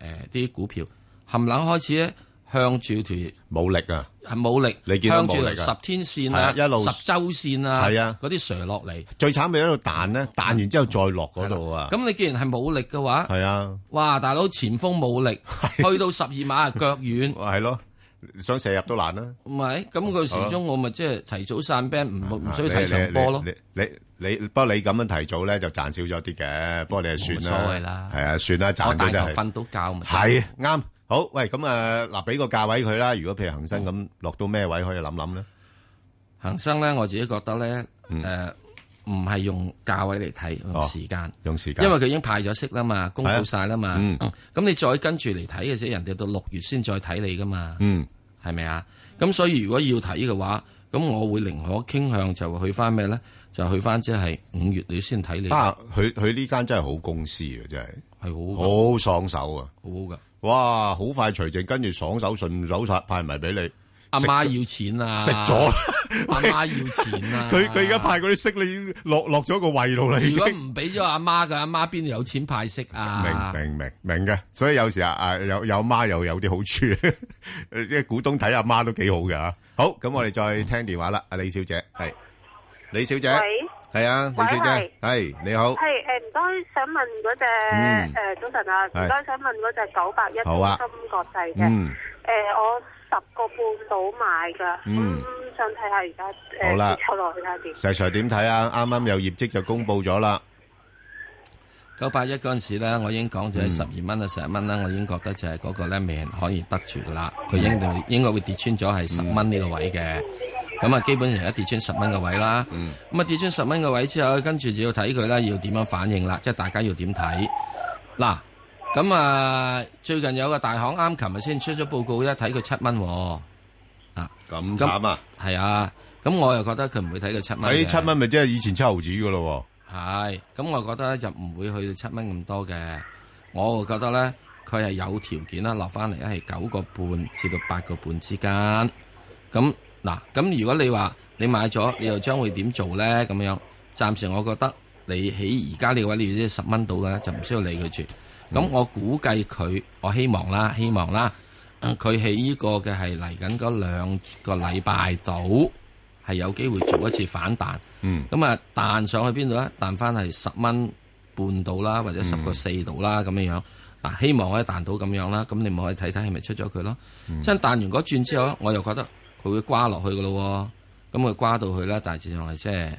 呃啲股票冚冷開始咧向住條
冇力啊，
係冇力，
你見到
向
冇
住
力
條
㗎
十天線
係
啊
啊，一路
十周線啊，
係啊
嗰啲垂落嚟。
最慘咪喺度彈咧，彈完之後再落嗰度啊。
咁你既然係冇力嘅話，
係啊，
哇大佬前鋒冇力，去到十二碼啊腳軟，
係咯。想射入都難啦。
唔係，咁佢始終我咪即係提早散 band，唔唔需要
啊你
睇場波咯。
你你你你不過你咁樣提早咧就賺少咗啲嘅，不過你係算啦，
冇所謂啦
係啊，算啦，
我
賺
大
到都
頭
係
瞓到覺咪得
係啱。好，喂，咁啊，嗱，俾個價位佢啦。如果譬如恒
嗯
生咁落到咩位可以諗諗咧？
恒生咧，我自己覺得咧，誒唔係用價位嚟睇，用
嗯哦
時間，
用時間，啊
因為佢已嗯經派咗息啦嘛，公佈晒啦嘛
係啊。
咁你再跟住嚟睇嘅啫，人哋到六月先再睇你噶嘛，
嗯，
係咪啊？咁所以如果要睇嘅話，咁我會寧可傾向就會去翻咩咧？就去翻即係五月你先睇你。
啊，佢佢呢間真係好公司啊，真係
係
好好爽手啊，
好好噶。
哇，好快除淨，跟住爽手順手晒派埋俾你。
阿
食
媽
咗
要錢啊！
食咗啦，
阿媽要錢啊！
佢佢而家派嗰啲息，你已經落落咗個胃度啦，已
如
經
果。唔俾咗阿媽嘅，阿媽邊度有錢派息啊？
明明明明嘅，所以有時啊啊有有媽又有啲好處， 誒即係股東睇阿媽都幾好嘅吓。好，咁我哋再聽電話啦，阿李小姐係李小姐，
喂
係啊，李小姐係你好，
系诶，誒唔該，想問嗰隻
嗯
à,
诶早晨啊，唔
係
該，想問嗰隻九百一
好啊
中芯國際嘅
嗯，
诶我十個半到買噶，
嗯
咁想睇下而家
好啦
诶跌咗落去睇下點。
石 Sir 點睇啊？啱啱有業績就公布咗啦，
九八一嗰陣時咧，我已經講咗
嗯
喺十二蚊啊、十一蚊啦，我已經覺得就係嗰個咧未人可以得住噶啦，
嗯
佢應該應該會跌穿咗係十蚊呢個位嘅。咁啊，基本上一跌穿十蚊嘅位啦。
嗯
咁啊，跌穿十蚊嘅位之後，跟住就要睇佢啦，要點樣反應啦，即係大家要點睇嗱。咁啊，最近有個大行啱琴日先出咗報告，一睇佢七蚊喎。啊，
咁慘啊！
係啊，咁我又覺得佢唔會睇佢七蚊嘅。
睇七蚊咪即係以前七毫子噶咯
係，咁我覺得咧就唔會去到七蚊咁多嘅，我會覺得咧佢係有條件啦，落翻嚟咧係九個半至到八個半之間。咁嗱，咁如果你話你買咗，你又將會點做咧？咁樣暫時我覺得你喺而家呢個位，你要十蚊到嘅就唔需要理佢住。咁我估計佢，我希望啦，希望啦，嗯佢喺呢個嘅係嚟緊嗰兩個禮拜度係有機會做一次反彈。
嗯
咁啊彈上去邊度咧？彈翻係十蚊半到啦，或者十個四度啦咁樣樣。嗱，希望可以彈到咁樣啦，咁你咪可以睇睇係咪出咗佢咯。真係彈完嗰轉之後咧，我又覺得佢會瓜落去噶咯喎。咁佢瓜到去咧，大致上係即係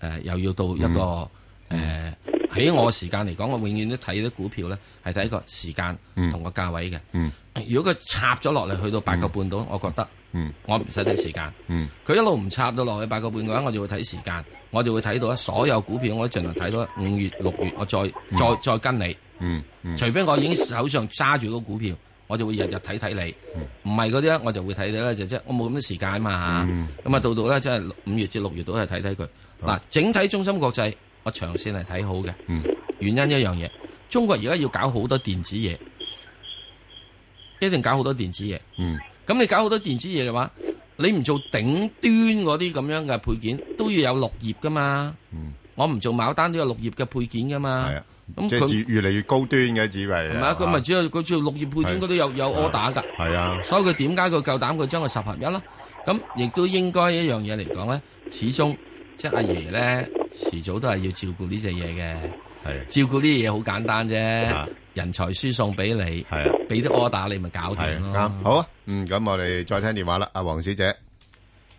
誒又要到一個誒喺、我時間嚟講，我永遠都睇啲股票咧係睇個時間同個價位嘅。
嗯
如果佢插咗落嚟去到八個半到，我覺得
嗯
我唔使睇時間。
嗯
佢一路唔插到落去八個半嘅話，我就會睇時間，我就會睇到啊所有股票，我都盡量睇到啊五月、六月，我再、再再跟你。
嗯嗯
除非我已經手上揸住個股票，我就會日日睇睇你。唔係嗰啲啊咧，我就會睇睇咧，就即係我冇咁嘅時間嘛。咁啊，到到咧即係五月至六月都係睇睇佢。嗱，整體中心國際，我長線係睇好嘅。原因一樣嘢，中國而家要搞好多電子嘢，一定搞好多電子嘢。
嗯，
咁你搞好多電子嘢嘅話，你唔做頂端嗰啲咁樣嘅配件，都要有綠葉噶嘛。我唔做牡丹都有綠葉嘅配件噶嘛。係啊，
喎，
咁
嗯即係
佢
自越嚟越高端嘅只為
係咪啊？佢咪只有佢做綠葉配件
係
嗰度有有 order 㗎。
係啊，
所以佢點解佢夠膽佢將佢十合一啦？咁亦都應該一樣嘢嚟講咧，始終即係阿爺咧，遲早都係要照顧呢只嘢嘅。
啊
照顧呢啲嘢好簡單啫，人才輸送俾你，俾啲 order 你咪搞掂咯。
啱好啊。嗯，咁我哋再聽電話啦，阿黃小姐，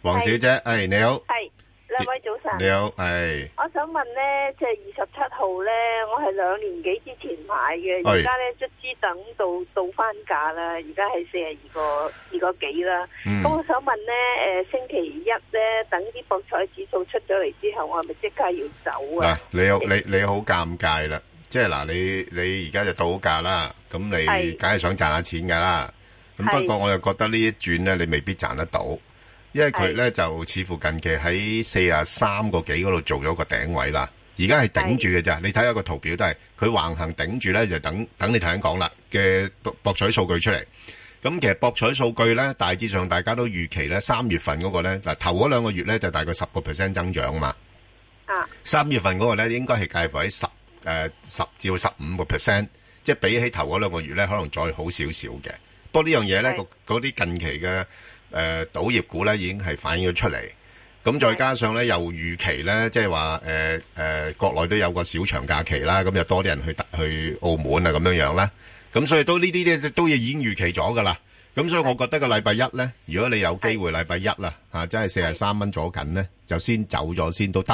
黃小姐，誒你好，
係兩位早晨，
你好，哎係。
我想問咧，即係二十七號咧，我係兩年幾之前買嘅，
係
而家咧卒之等到到翻價啦，而家係四十二個二個幾啦。
嗯
咁、我想問咧，誒、星期一咧，等啲博彩指數出咗嚟之後，我係咪即刻要走
嗱
啊？，
你好，你你好尷尬啦，即係嗱，你你而家就到價啦，咁你
係
梗係想賺下錢㗎啦。咁
係
不過我又覺得呢一轉咧，你未必賺得到，因為佢
係
咧就似乎近期喺四啊三個幾嗰度做咗個頂位啦。而家係頂住嘅咋，你睇下個圖表都係佢橫行頂住咧，就等等你頭先講啦嘅博博彩數據出嚟。咁其實博彩數據咧，大致上大家都預期咧，三月份嗰個咧，嗱頭嗰兩個月咧就大概十個 percent 增長啊嘛。三月份嗰個咧，應該係介乎喺十誒十至十五個 percent，即係比起頭嗰兩個月咧，可能再好少少嘅。不過呢樣嘢咧，個嗰啲近期嘅誒、呃、賭業股咧，已經係反映咗出嚟。咁再加上咧，又預期咧，即係話誒誒，國內都有個小長假期啦，咁就多啲人去特去澳門啊，咁樣樣啦。咁所以都呢啲咧都已經預期咗噶啦。咁所以我覺得個禮拜一咧，如果你有機會禮拜一啦，嚇、真係四十三蚊左緊咧，就先走咗先都得。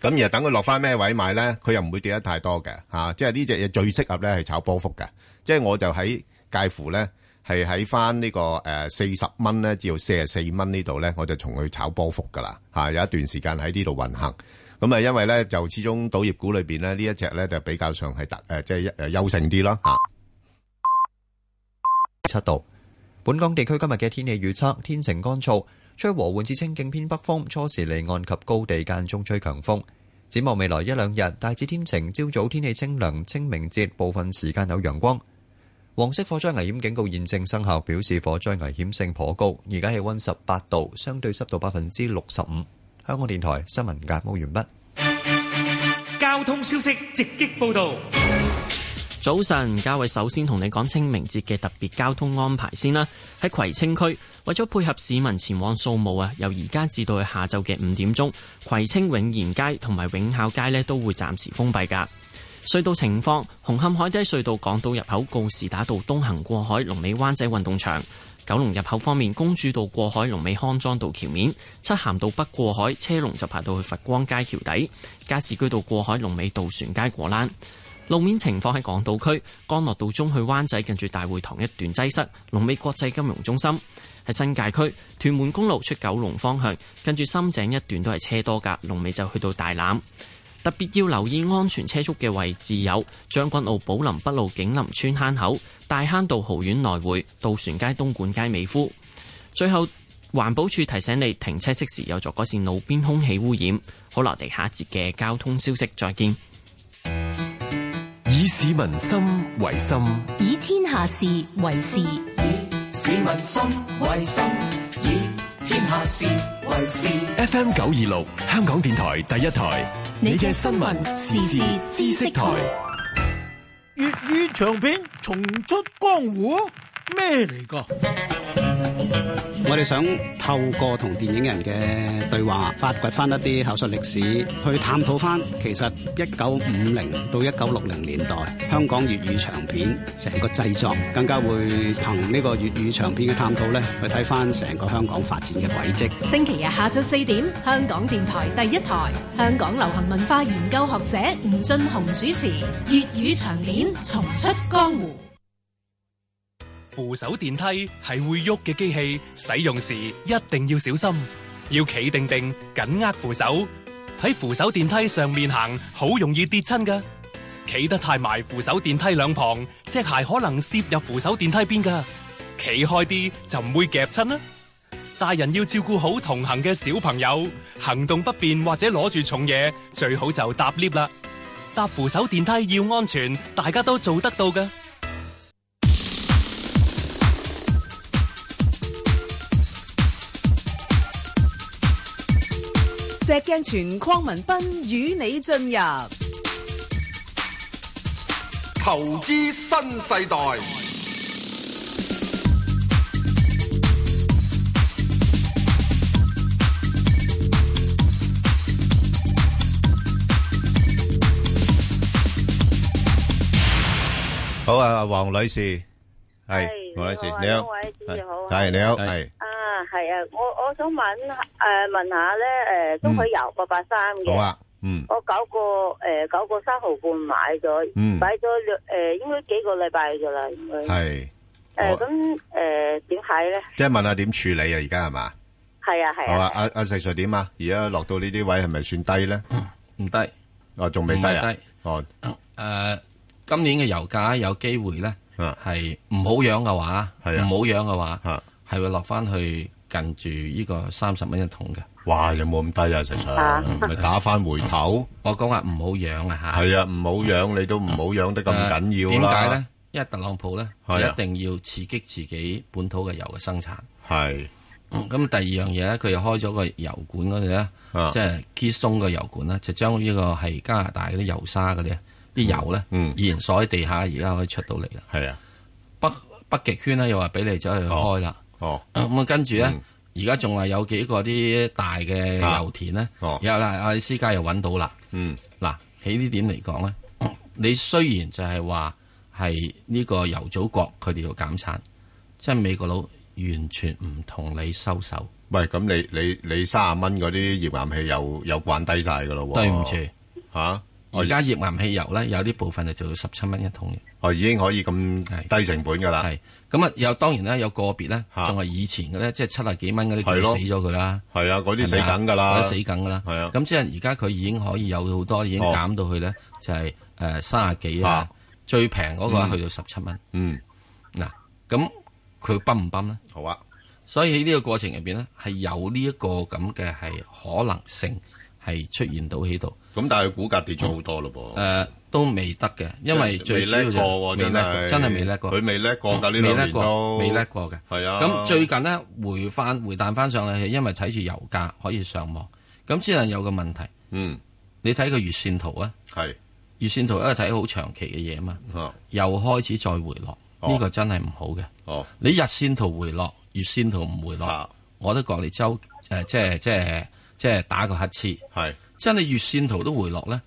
咁然後等佢落翻咩位買咧，佢又唔會跌得太多嘅嚇、即係呢只嘢最適合咧係炒波幅嘅。即係我就喺介乎咧係喺翻呢個誒四十蚊咧至到四十四蚊呢度咧，我就從佢炒波幅噶啦嚇，有一段時間喺呢度運行。咁啊，因為咧就始終賭業股裏邊咧呢一隻咧就比較上係特誒即係一誒優勝啲啦嚇。
七度。本港地區今日嘅天氣預測：天晴乾燥，吹和緩至清勁偏北風，初時離岸及高地間中吹強風。展望未來一兩日，大致天晴，朝早天氣清涼，清明節部分時間有陽光。黃色火災危險警告現正生效，表示火災危險性頗高。而家氣温十八度，相對濕度百分之六十五。香港電台新聞簡報完畢。
交通消息直擊報道。
早晨，家偉首先同你講清明節嘅特別交通安排先啦。喺葵青區，為咗配合市民前往掃墓啊，由而家至到去下晝嘅五點鐘，葵青永賢街同埋永孝街呢都會暫時封閉㗎。隧道情況，紅磡海底隧道港島入口告士打道東行過海，龍尾灣仔運動場；九龍入口方面，公主道過海，龍尾康莊道橋面；漆咸道北過海，車龍就排到去佛光街橋底；加士居道過海，龍尾渡船街果欄。路面情況喺港島區，干諾道中去灣仔近住大會堂一段擠塞，龍尾國際金融中心。喺新界區，屯門公路出九龍方向，近住深井一段都係車多㗎，龍尾就去到大欖。特別要留意安全車速嘅位置有將軍澳寶林北路景林村坑口、大坑道豪苑來回、渡船街東莞街美孚。最後，環保署提醒你停車熄匙有助改善路邊空氣污染。好啦，我哋下一節嘅交通消息再見。
以市民心為心，
以天下事為事，
市民心為心，以天下事為事。
FM 九二六香港電台第一台，你嘅新聞時事知識台，
粵語長片重出江湖咩嚟噶？
我哋想透過同電影人嘅對話，發掘翻一啲口述歷史，去探討翻其實一九五零到一九六零年代香港粵語長片成個製作，更加會憑呢個粵語長片嘅探討咧，去睇翻成個香港發展嘅軌跡。
星期日下晝四點，香港電台第一台，香港流行文化研究學者吳俊雄主持《粵語長片重出江湖》。
扶手電梯係會喐嘅機器，使用時一定要小心，要企定定，緊握扶手。喺扶手電梯上面行，好容易跌親噶。企得太埋扶手電梯兩旁，隻鞋可能攝入扶手電梯邊噶。企開啲就唔會夾親啦。大人要照顧好同行嘅小朋友，行動不便或者攞住重嘢，最好就搭 lift 啦。搭扶手電梯要安全，大家都做得到噶。
石鏡泉鄺民彬與你進入
投資新世代，
好啊，黃女士，係
係
黃女士，
你
你好
好啊兩位主持好啊，
係你好，係
啊，係啊，我我想問
呃
誒問下咧誒，中海油八八三嘅，
嗯好啊，嗯，
我九個
呃
誒九個三毫半買咗，
嗯
買咗兩誒應該幾個禮拜㗎啦，應該
係，
誒
呃
咁誒點睇咧？
即係問下點處理啊？而家係嘛？
係啊係
好啊，
啊，
阿阿石 Sir 點啊？而家落到呢啲位係咪算低咧？
唔低，
哦，仲未低
唔
啊
係低？
哦，
誒、呃今年嘅油價有機會咧，
啊
係唔好養嘅話，唔好養嘅話，係會落翻去近住呢個三十蚊一桶嘅。
哇，有冇咁低啊？石 Sir，咪打翻回頭？
我講話唔好養啊嚇。
係啊，唔好養你都唔好養得咁緊要
呃點
啦。
解咧？因為特朗普咧，
係啊
佢一定要刺激自己本土嘅油嘅生產。
係。
咁第二樣嘢咧，佢又開咗個油管嗰度咧，
啊
即係 Keystone 個油管啦，就將呢個係加拿大嗰啲油沙嗰啲啲油咧，以前鎖喺地下，而家可以出到嚟啦。
嗯係啊，
北北極圈咧又話俾你走去開啦。
哦，
咁啊跟住咧，而家仲係有幾個啲大嘅油田咧，有啦，阿里斯加又揾到啦。
啊哦嗯，
嗱，喺呢點嚟講咧，你雖然就係話係呢個油組國佢哋要減產，即係美國佬完全唔同你收手。
喂，咁你你你三十蚊嗰啲頁岩氣又又慣低晒噶咯喎？
對唔住
吓，
而家頁岩汽油咧，有啲部分就做到十七蚊一桶嘅。
哦，已經可以咁低成本噶啦。
係咁啊，有當然啦，有個別咧，仲係以前嘅咧，即係七啊幾蚊嗰
係
啲，
咯
佢死咗佢啦。
係啊嗰啲
係咪
死梗㗎啦
嗰啲死梗㗎啦。係啊，咁即係而家佢已經可以有好多已經
哦
減到去咧，就係誒三啊幾啊，最平嗰個去到十七蚊。
嗯，
嗱，咁佢泵唔泵咧？
好啊。
所以喺呢個過程入邊咧，係有呢一個咁嘅係可能性係出現到喺度。
咁但係股價跌咗好多咯噃。
誒，都未得嘅，因為最
未
主要就
叻過喎，
未
真
叻過
係
真係未叻過。
佢未叻過㗎呢
未
兩
叻
年
過
都
未叻過嘅。
係啊，
咁最近呢，回翻回彈翻上去，係因為睇住油價可以上望，咁只能有個問題。
嗯，
你睇個月線圖啊，
係
月線圖因為睇好長期嘅嘢嘛，又開始再回落，
啊哦
呢個真係唔好嘅。
哦，啊
你日線圖回落，月線圖唔回落，我都覺你周誒即係即係即係打個乞嗤。
係，
真係月線圖都回落咧，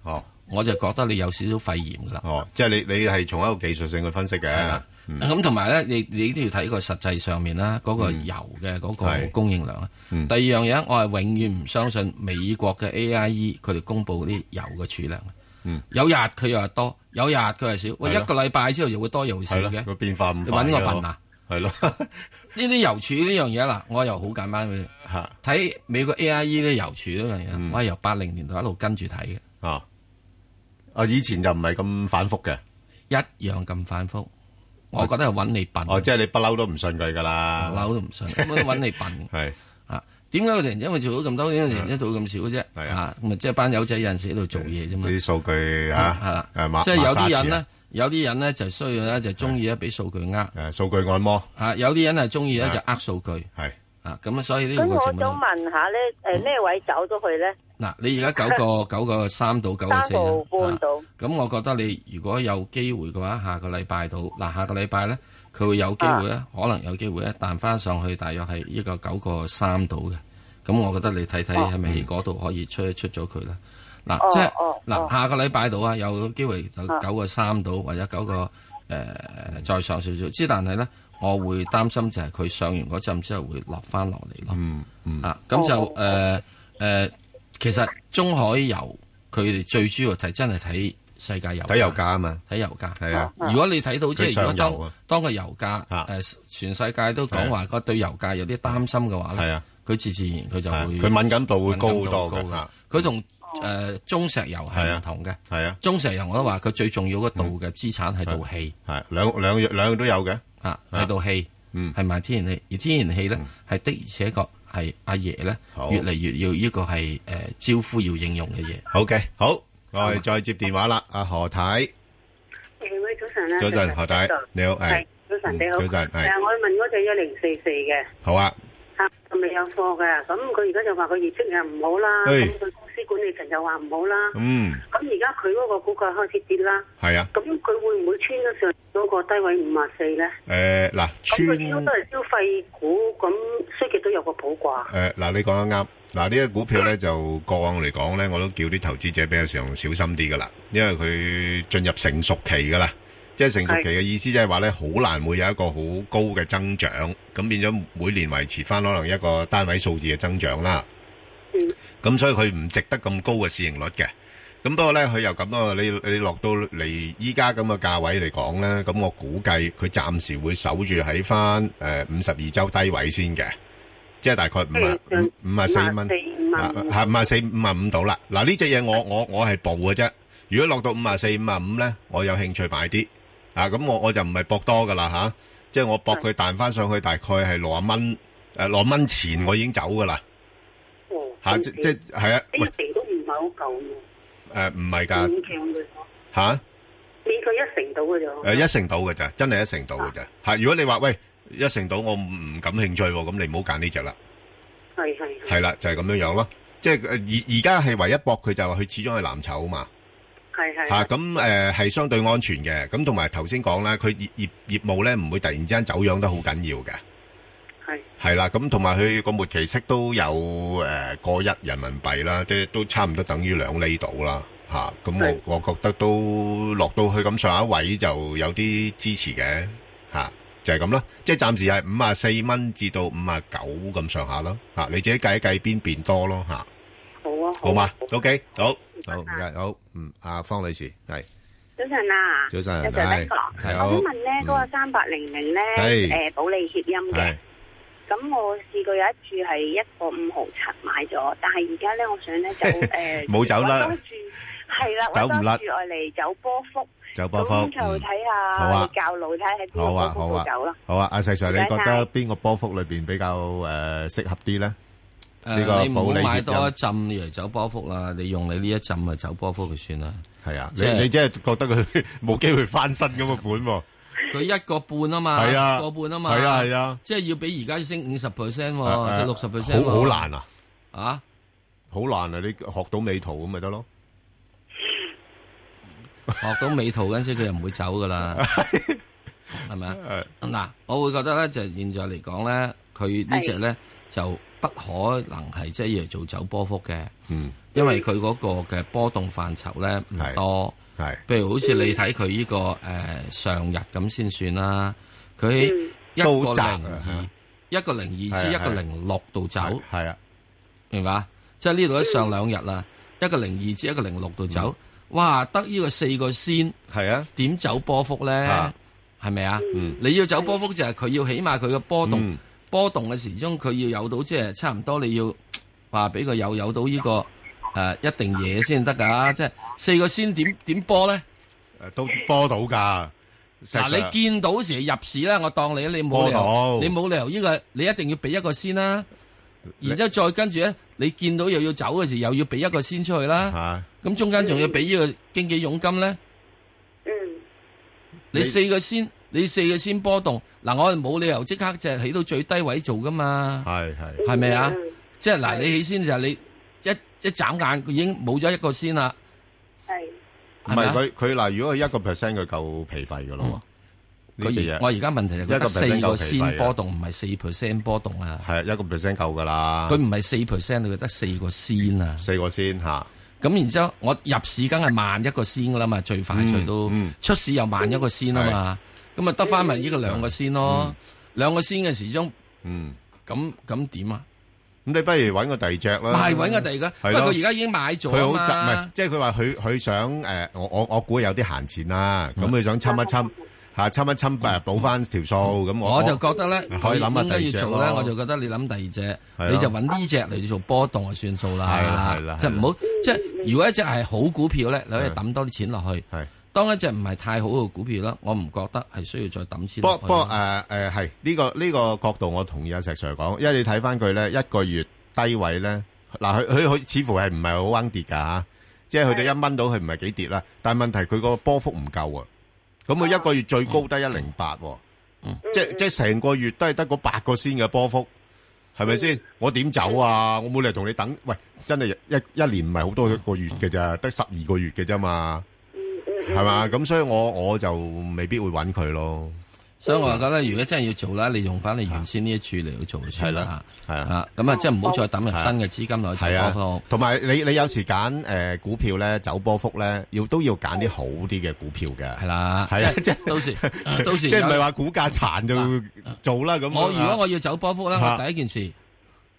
我就覺得你有少少肺炎噶啦。
哦，即係你你係從一個技術性去分析嘅。嗯
咁同埋咧，你你都要睇個實際上面啦，嗰、個油嘅嗰個供應量啊。
嗯
第二樣嘢，我係永遠唔相信美國嘅 AIE 佢哋公佈啲油嘅儲量。
嗯
有日佢又話多，有日佢係少。喂，
係
一
咯
個禮拜之後又會多又會少
係
嘅
咯，。個變化唔
你
快
揾我笨啊！！
係咯，
呢啲油儲呢樣嘢嗱，我又好簡單嘅
嚇。嗯
睇美國 AIE 呢油儲呢樣嘢，我係由八零年代一路跟住睇嘅。
啊啊！以前就唔係咁反覆嘅，
一樣咁反覆。我覺得係揾你笨。
哦，即係你不嬲都唔信佢噶啦，
不嬲都唔 信我都揾你笨。
係
啊，點解佢突然因為做咗咁多，因為突然間做咗咁少嘅啫？啊，咁咪即係班友仔有陣時喺度做嘢啫嘛。
啲數據啊嚇
嗯係啦
誒馬
即係有啲人
啊馬沙
咧
池，
有啲人咧就需要咧就中意咧俾數據呃。
誒數據按摩。
啊，有啲人係中意咧
係
就呃數據。
係。
啊，咁啊，所以呢嗯
咁
個
我
情況
想問下咧，诶咩位走咗去咧？
嗱，你而家九個九個三到九個
三
四
毫
啦
半
啊
到。
咁我覺得你如果有機會嘅話，下個禮拜到嗱，下個禮拜咧，佢會有機會
啊
咧，可能有機會咧彈翻上去，大約係一個九個三度嘅。咁我覺得你睇睇係咪喺嗰度可以出一出咗佢啦。嗱，
哦
即係
哦
嗱，
哦
下個禮拜到啊，有機會就
啊
九個三度或者九個誒、呃再上少少。之但係咧，我會擔心就係佢上完嗰陣之後會落翻落嚟咯。
嗯嗯
啊，咁就誒誒、
哦
其實中海油佢哋最主要係真係睇世界油
睇油價啊嘛，
睇油價
係
哦
啊
如果你睇到即
佢
係如果
上游
當
啊
當個油價誒全世界都講話個對油價有啲擔心嘅話咧，佢自自然佢就會
啊佢敏感度會
敏感度
高好多
高
嘅
嘅
嚇。
佢同誒中石油係唔同嘅，
係啊，嗯
中石油我都話佢最重要嗰度嘅資產係道氣，
係兩兩樣兩樣都有嘅
啊，係道氣，
嗯，
係埋天然氣，而天然氣咧係的而且確係阿爺咧
好
越嚟越要呢個係呃誒招呼要應用嘅嘢。
好嘅，好，我哋再接電話啦，阿何太，
誒，喂，早晨啊！
早晨何太你好係
係早晨你好，
嗯早晨係
誒我問嗰只一零四四嘅
好啊，
嚇，佢未有貨嘅，咁佢而家就話佢業績又唔好啦，
唉
咁佢公司管理層又話唔好啦，
嗯，
咁而家佢嗰個股價開始跌啦，
係啊，
咁佢會唔會穿咗上嗰個低位五啊四咧？
誒嗱，
咁佢
穿
應該都係消費股，咁衰極都有個譜啩。
誒嗱，你講得啱。嗱，呢個股票咧就過往嚟講咧，我都叫啲投資者比較上小心啲噶啦，因為佢進入成熟期噶啦，即係成熟期嘅意思，即係話咧好難會有一個好高嘅增長，咁變咗每年維持翻可能一個單位數字嘅增長啦。咁所以佢唔值得咁高嘅市盈率嘅。咁不過咧，佢又咁啊，你你落到嚟依家咁嘅價位嚟講咧，咁我估計佢暫時會守住喺翻誒五十二周低位先嘅，即係大概五啊五啊四蚊，係五啊四五啊五到啦。嗱呢只嘢我我我係報嘅啫。如果落到五啊四五啊五咧，我有興趣買啲啊。咁我我就唔係博多噶啦吓，即係我博佢彈翻上去大概係六啊蚊誒六啊蚊前，我已經走噶啦。
哦
嚇即即係啊
呢
喂
個期都唔係好夠喎，
誒唔係㗎
勉強嘅啫，
嚇。
勉強一成到嘅啫。
诶，一成到嘅咋，真係一成到嘅咋。吓，如果你話喂一成到，我唔唔感興趣喎，咁你唔好揀呢只啦。
係係係
係啦，就係咁樣樣咯。即係呃而而家係唯一搏佢就係話佢始終係藍籌啊嘛。
係係。
吓，咁诶係相對安全嘅。咁同埋頭先講啦，佢業業业务咧唔會突然之間走樣得好緊要嘅。
係
係啦，咁同埋佢個末期息都有誒過一人民幣啦，即係都差唔多等於兩厘度啦，嚇、咁我我覺得都落到去咁上一位就有啲支持嘅，嚇、就係咁啦。即係暫時係五啊四蚊至到五啊九咁上下咯。嚇，你自己計一計邊邊多咯嚇。
好啊，
好嘛？OK，好，好唔該，好，嗯，阿方女士係
早晨啊，
早晨
有
係係
我
嗯
想問咧，嗰個三八零零咧，
係
誒保利協鑫嘅
係，
咁我試過有一注係一個五毫七買咗，但係而家咧，我 想咧就誒
冇走啦
搵多注係啦，
走唔
搵
甩
多注我嚟走波幅，
走波幅
咁就
嗯
睇
好啊
下你教路睇下喺邊
好啊，
個波
好
幅
啊
度走啦，，
好啊，阿細 Sir，你
唔該
覺
晒
得邊個波幅裏邊比較誒適合啲咧？
誒
呢個
呃你
保
唔好
利
買
協
多一
鑫
浸嚟走波幅啦，你用你呢一浸咪走波幅就算啦。
係啊，你你即係覺得佢 冇機會翻身咁嘅款喎。
佢一個半啊嘛，
係啊
一個半啊嘛，
係啊係啊，
即係要比而家升五十 percent
誒
喎，即
誒
六十 percent
好好難啊！
啊，
好難啊！你學到美圖咁咪得咯。
學到美圖嗰陣時，佢又唔會走噶啦，係咪啊？嗱，我會覺得咧，就係現在嚟講咧，佢呢只咧就不可能係即係要嚟做走波幅嘅，
嗯，
因為佢嗰個嘅波動範疇咧唔多，
係，
譬如好似你睇佢呢個誒上日咁先算啦，佢一個
都窄
零
啊
二，一個零二至
係
一
啊
個零六度走，
係啊，
明白？即係呢度一上兩日啦，一個零二至一個零六度走，哇！得呢個四個先，
嗯係啊，
點走波幅咧
啊？
係咪啊
嗯？
你要走波幅就係佢要起碼佢嘅波動
嗯，
波動嘅時鐘佢要有到即係差唔多你要話俾佢有有到呢個誒一定嘢先得㗎，即係四個先點點波咧？
誒都波到㗎。石
嗱，
Sir
你見到時入市咧，我當你你冇理由
波，
你冇理由呢個，你一定要俾一個先啦。然之後再跟住咧，你見到又要走嘅時，又要俾一個先出去啦。咁中間仲要俾呢個經紀佣金咧。你四個先，你四個先波動。嗱，我哋冇理由即刻就係起到最低位做噶嘛。
係係
係咪啊？即係嗱，你起先就係你一一眨眼，佢已經冇咗一個先啦。
唔係佢佢嗱，如果佢一個 percent 佢夠皮費㗎咯喎。呢隻
佢
嘢
而我而家問題就覺
一個
得四
percent 夠
個
皮費
先
㗎
波動，唔係四 percent 波動啊。
係啊一個 percent 夠㗎啦。
佢唔係四 percent，佢得四個先啊。
啊四個先嚇。
咁然之後，我入市梗係慢一個先噶啦嘛，最快
嗯
最都、出市又慢一個先啊嘛。咁啊得翻咪呢個兩個先咯，兩個先嘅時鐘，
嗯，
咁咁點啊？
咁你不如揾個第二隻啦。
係揾個第二個，不
啊
過
係咯
佢而家已經買咗
佢好
啊
執，唔係
嘛。
即係佢話佢佢想誒，我我我估有啲閒錢啦，
嗯
咁佢想侵一侵嚇，侵一侵誒補翻條數咁。嗯
我就覺得咧，
可以諗下
應
第
該
二
要
隻
做咧，
咯
我就覺得你諗第
係
二
咯
隻，你就揾呢只嚟做波動就算數啦。
係啦係啦
即係
係
唔
啦
好即係如果一隻係好股票咧，你可以抌多啲錢落去。
係
當一隻唔係太好嘅股票啦，我唔覺得係需要再抌錢落去。
不不過誒誒係呢個呢個角度，我同意阿石 Sir 講，因為你睇翻佢咧一個月低位咧，嗱佢佢佢似乎係唔係好掹跌㗎嚇，即係去到一蚊到佢唔係幾跌啦，但係問題佢個波幅唔夠啊，咁佢一個月最高得一零八喎，即即係成個月都係得嗰八個先嘅波幅。係咪先？我點走啊？我冇理由同你等，喂，真係一一年唔係好多個月嘅咋，得十二個月嘅啫嘛，係嘛？咁所以我我就未必會揾佢咯。
所以我覺得，如果真係要做啦，你用翻你原先呢一處嚟去做先啦，
係
啊，咁啊，即係唔好再抌入新嘅資金落去
係
做
啊
波幅。，
同埋你你有時揀誒股票咧走波幅咧，要都要揀啲好啲嘅股票嘅。係
啦，
係啊，
即係到時，到時
即係
有
唔係話股價殘就做啦咁樣啊。
我如果我要走波幅咧，
啊
我第一件事，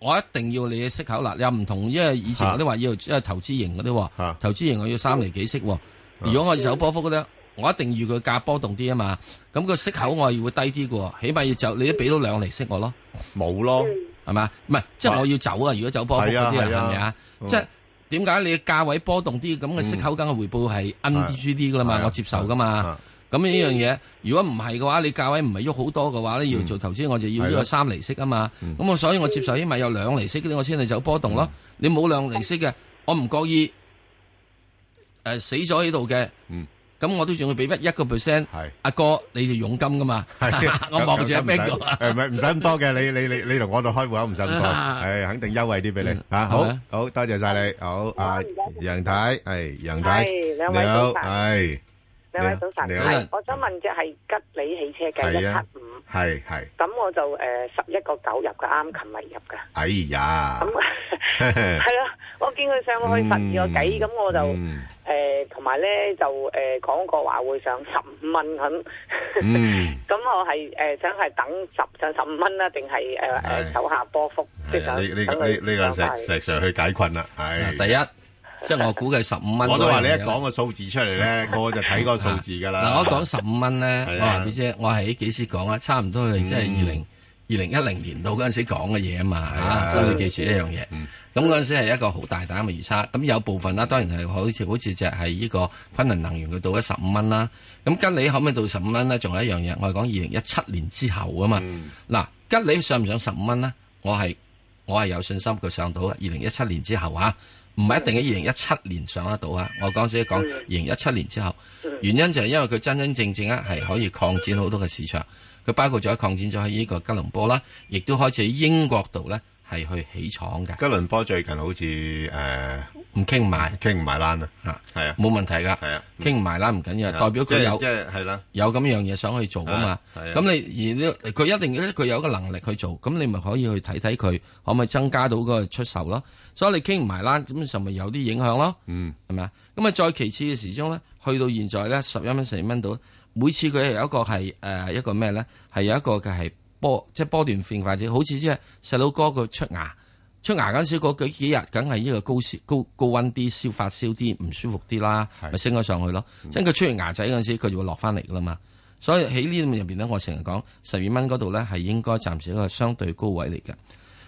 我一定要你嘅息口啦。又唔同，因為以前
啊
我都話要即係投資型嗰啲喎，投資型我要三厘幾息喎。如果我要走波幅嗰啲，我一定預佢價波動啲啊嘛。咁個息口我係會低啲嘅喎，起碼要走，你都俾到兩厘息我咯。
冇咯，
係嘛？唔係，即係我要走啊！如果走波幅嗰啲人
係啊係啊
係咪啊？
嗯
即係點解你價位波動啲咁嘅息口，梗係回報係 N D G 啲噶啦嘛？我接受噶嘛。咁呢樣嘢，如果唔係嘅話，你價位唔係喐好多嘅話咧，要做投資，我就要呢
係
個
咯
三厘息啊嘛。咁我所以我接受，起碼有兩厘息嗰啲，我先去走波動咯。你冇兩厘息嘅，我唔覺意誒死咗喺度嘅。咁我都仲要俾一個 percent，阿哥你哋佣金噶嘛？ 我望住一 b
咁咁唔使誒唔係唔使咁多嘅，你你你你同我度開户口唔使咁多，係肯定優惠啲俾你嚇。好好多謝晒你，好啊，楊太係楊太，
係兩位
你好，
早晨
係
兩位早晨，
你好你好
係我想問嘅係吉利汽車嘅一
係啊
七五，
係係，
咁我就誒十一個九入嘅，啱琴日入 嘅。
哎呀，
係啊，我見佢上過
嗯
去十二個幾，咁我就誒同埋咧就誒講過話會上十五蚊咁，
Ừ. 嗯，
咁我係誒想係等十上十五蚊啦，定係誒誒手下波幅，即係
係啊，
想
呢呢
等
個呢
佢
呢個
上
石
快
石 Sir 去解困啦，係
第一，即係我估計十五蚊。
我都話你一講個數字出嚟 咧，個個就睇個數字㗎啦。
嗱，我講十五蚊咧，
係
我
啊
話俾你知，我係喺幾時講啊？差唔多係即係
嗯
二零二零一零年度嗰陣時講嘅嘢啊嘛，
啊
嚇，
嗯
所以要記住一樣嘢。咁嗰陣時係一個好大膽嘅預測，咁有部分啦，當然係好似好似就係呢個昆侖能源佢到咗十五蚊啦。咁吉利可唔可以到十五蚊咧？仲有一樣嘢，我係講二零一七年之後啊嘛。
嗯
嗱、吉利上唔上十五蚊咧？我係我係有信心佢上到二零一七年之後啊，唔係一定喺二零一七年上得到啊。我講只講二零一七年之後，原因就係因為佢真真正正咧係可以擴展好多嘅市場，佢包括咗擴展咗喺呢個吉隆坡啦，亦都開始喺英國度咧係去起廠嘅。
吉倫波最近好似誒
唔傾埋，
傾唔埋欄
啊，
係啊，
冇問題㗎，
係啊，
傾唔埋啦，唔緊要，
係啊
代表
即
佢
係
有
即係係啦，
有咁樣嘢想去做啊嘛。
係啊係啊
咁你而呢佢一定佢有一個能力去做，咁你咪可以去睇睇佢可唔可以增加到嗰個出售咯。所以你傾唔埋啦，咁就咪有啲影響咯。
嗯，
係咪啊？咁啊，再其次嘅時鐘咧，去到現在咧，十一蚊、十二蚊到，每次佢係有一個係誒、呃一個咩咧，係有一個嘅係波，即係波段變化者，好似即係細佬哥佢出牙。出牙嗰陣時，嗰幾幾日梗係呢個高燒高高温啲、燒發燒啲、唔舒服啲啦，咪升咗上去咯。即係佢出完牙仔嗰陣時，佢就會落翻嚟噶啦嘛。所以喺呢度入邊咧，我成日講十二蚊嗰度咧係應該暫時一個相對高位嚟嘅。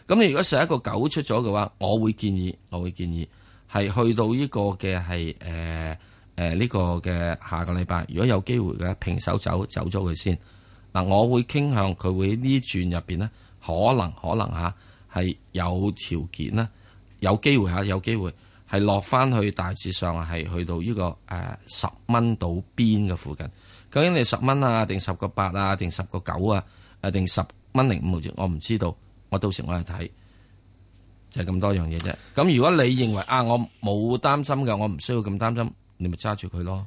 咁你如果十一個九出咗嘅話，我會建議，我會建議係去到呢個嘅係誒誒呢個嘅下個禮拜，如果有機會嘅平手走走咗佢先。嗱，我會傾向佢會呢轉入邊咧，可能可能嚇係有條件啦，有機會嚇有機會係落翻去大致上係去到呢、個誒十蚊到邊嘅附近。究竟你十蚊啊，定十個八啊，定十個九啊，誒定十蚊零五毫子，我唔知道。我到時我去睇，就係、咁多樣嘢啫。咁如果你認為啊，我冇擔心嘅，我唔需要咁擔心，你咪揸住佢咯。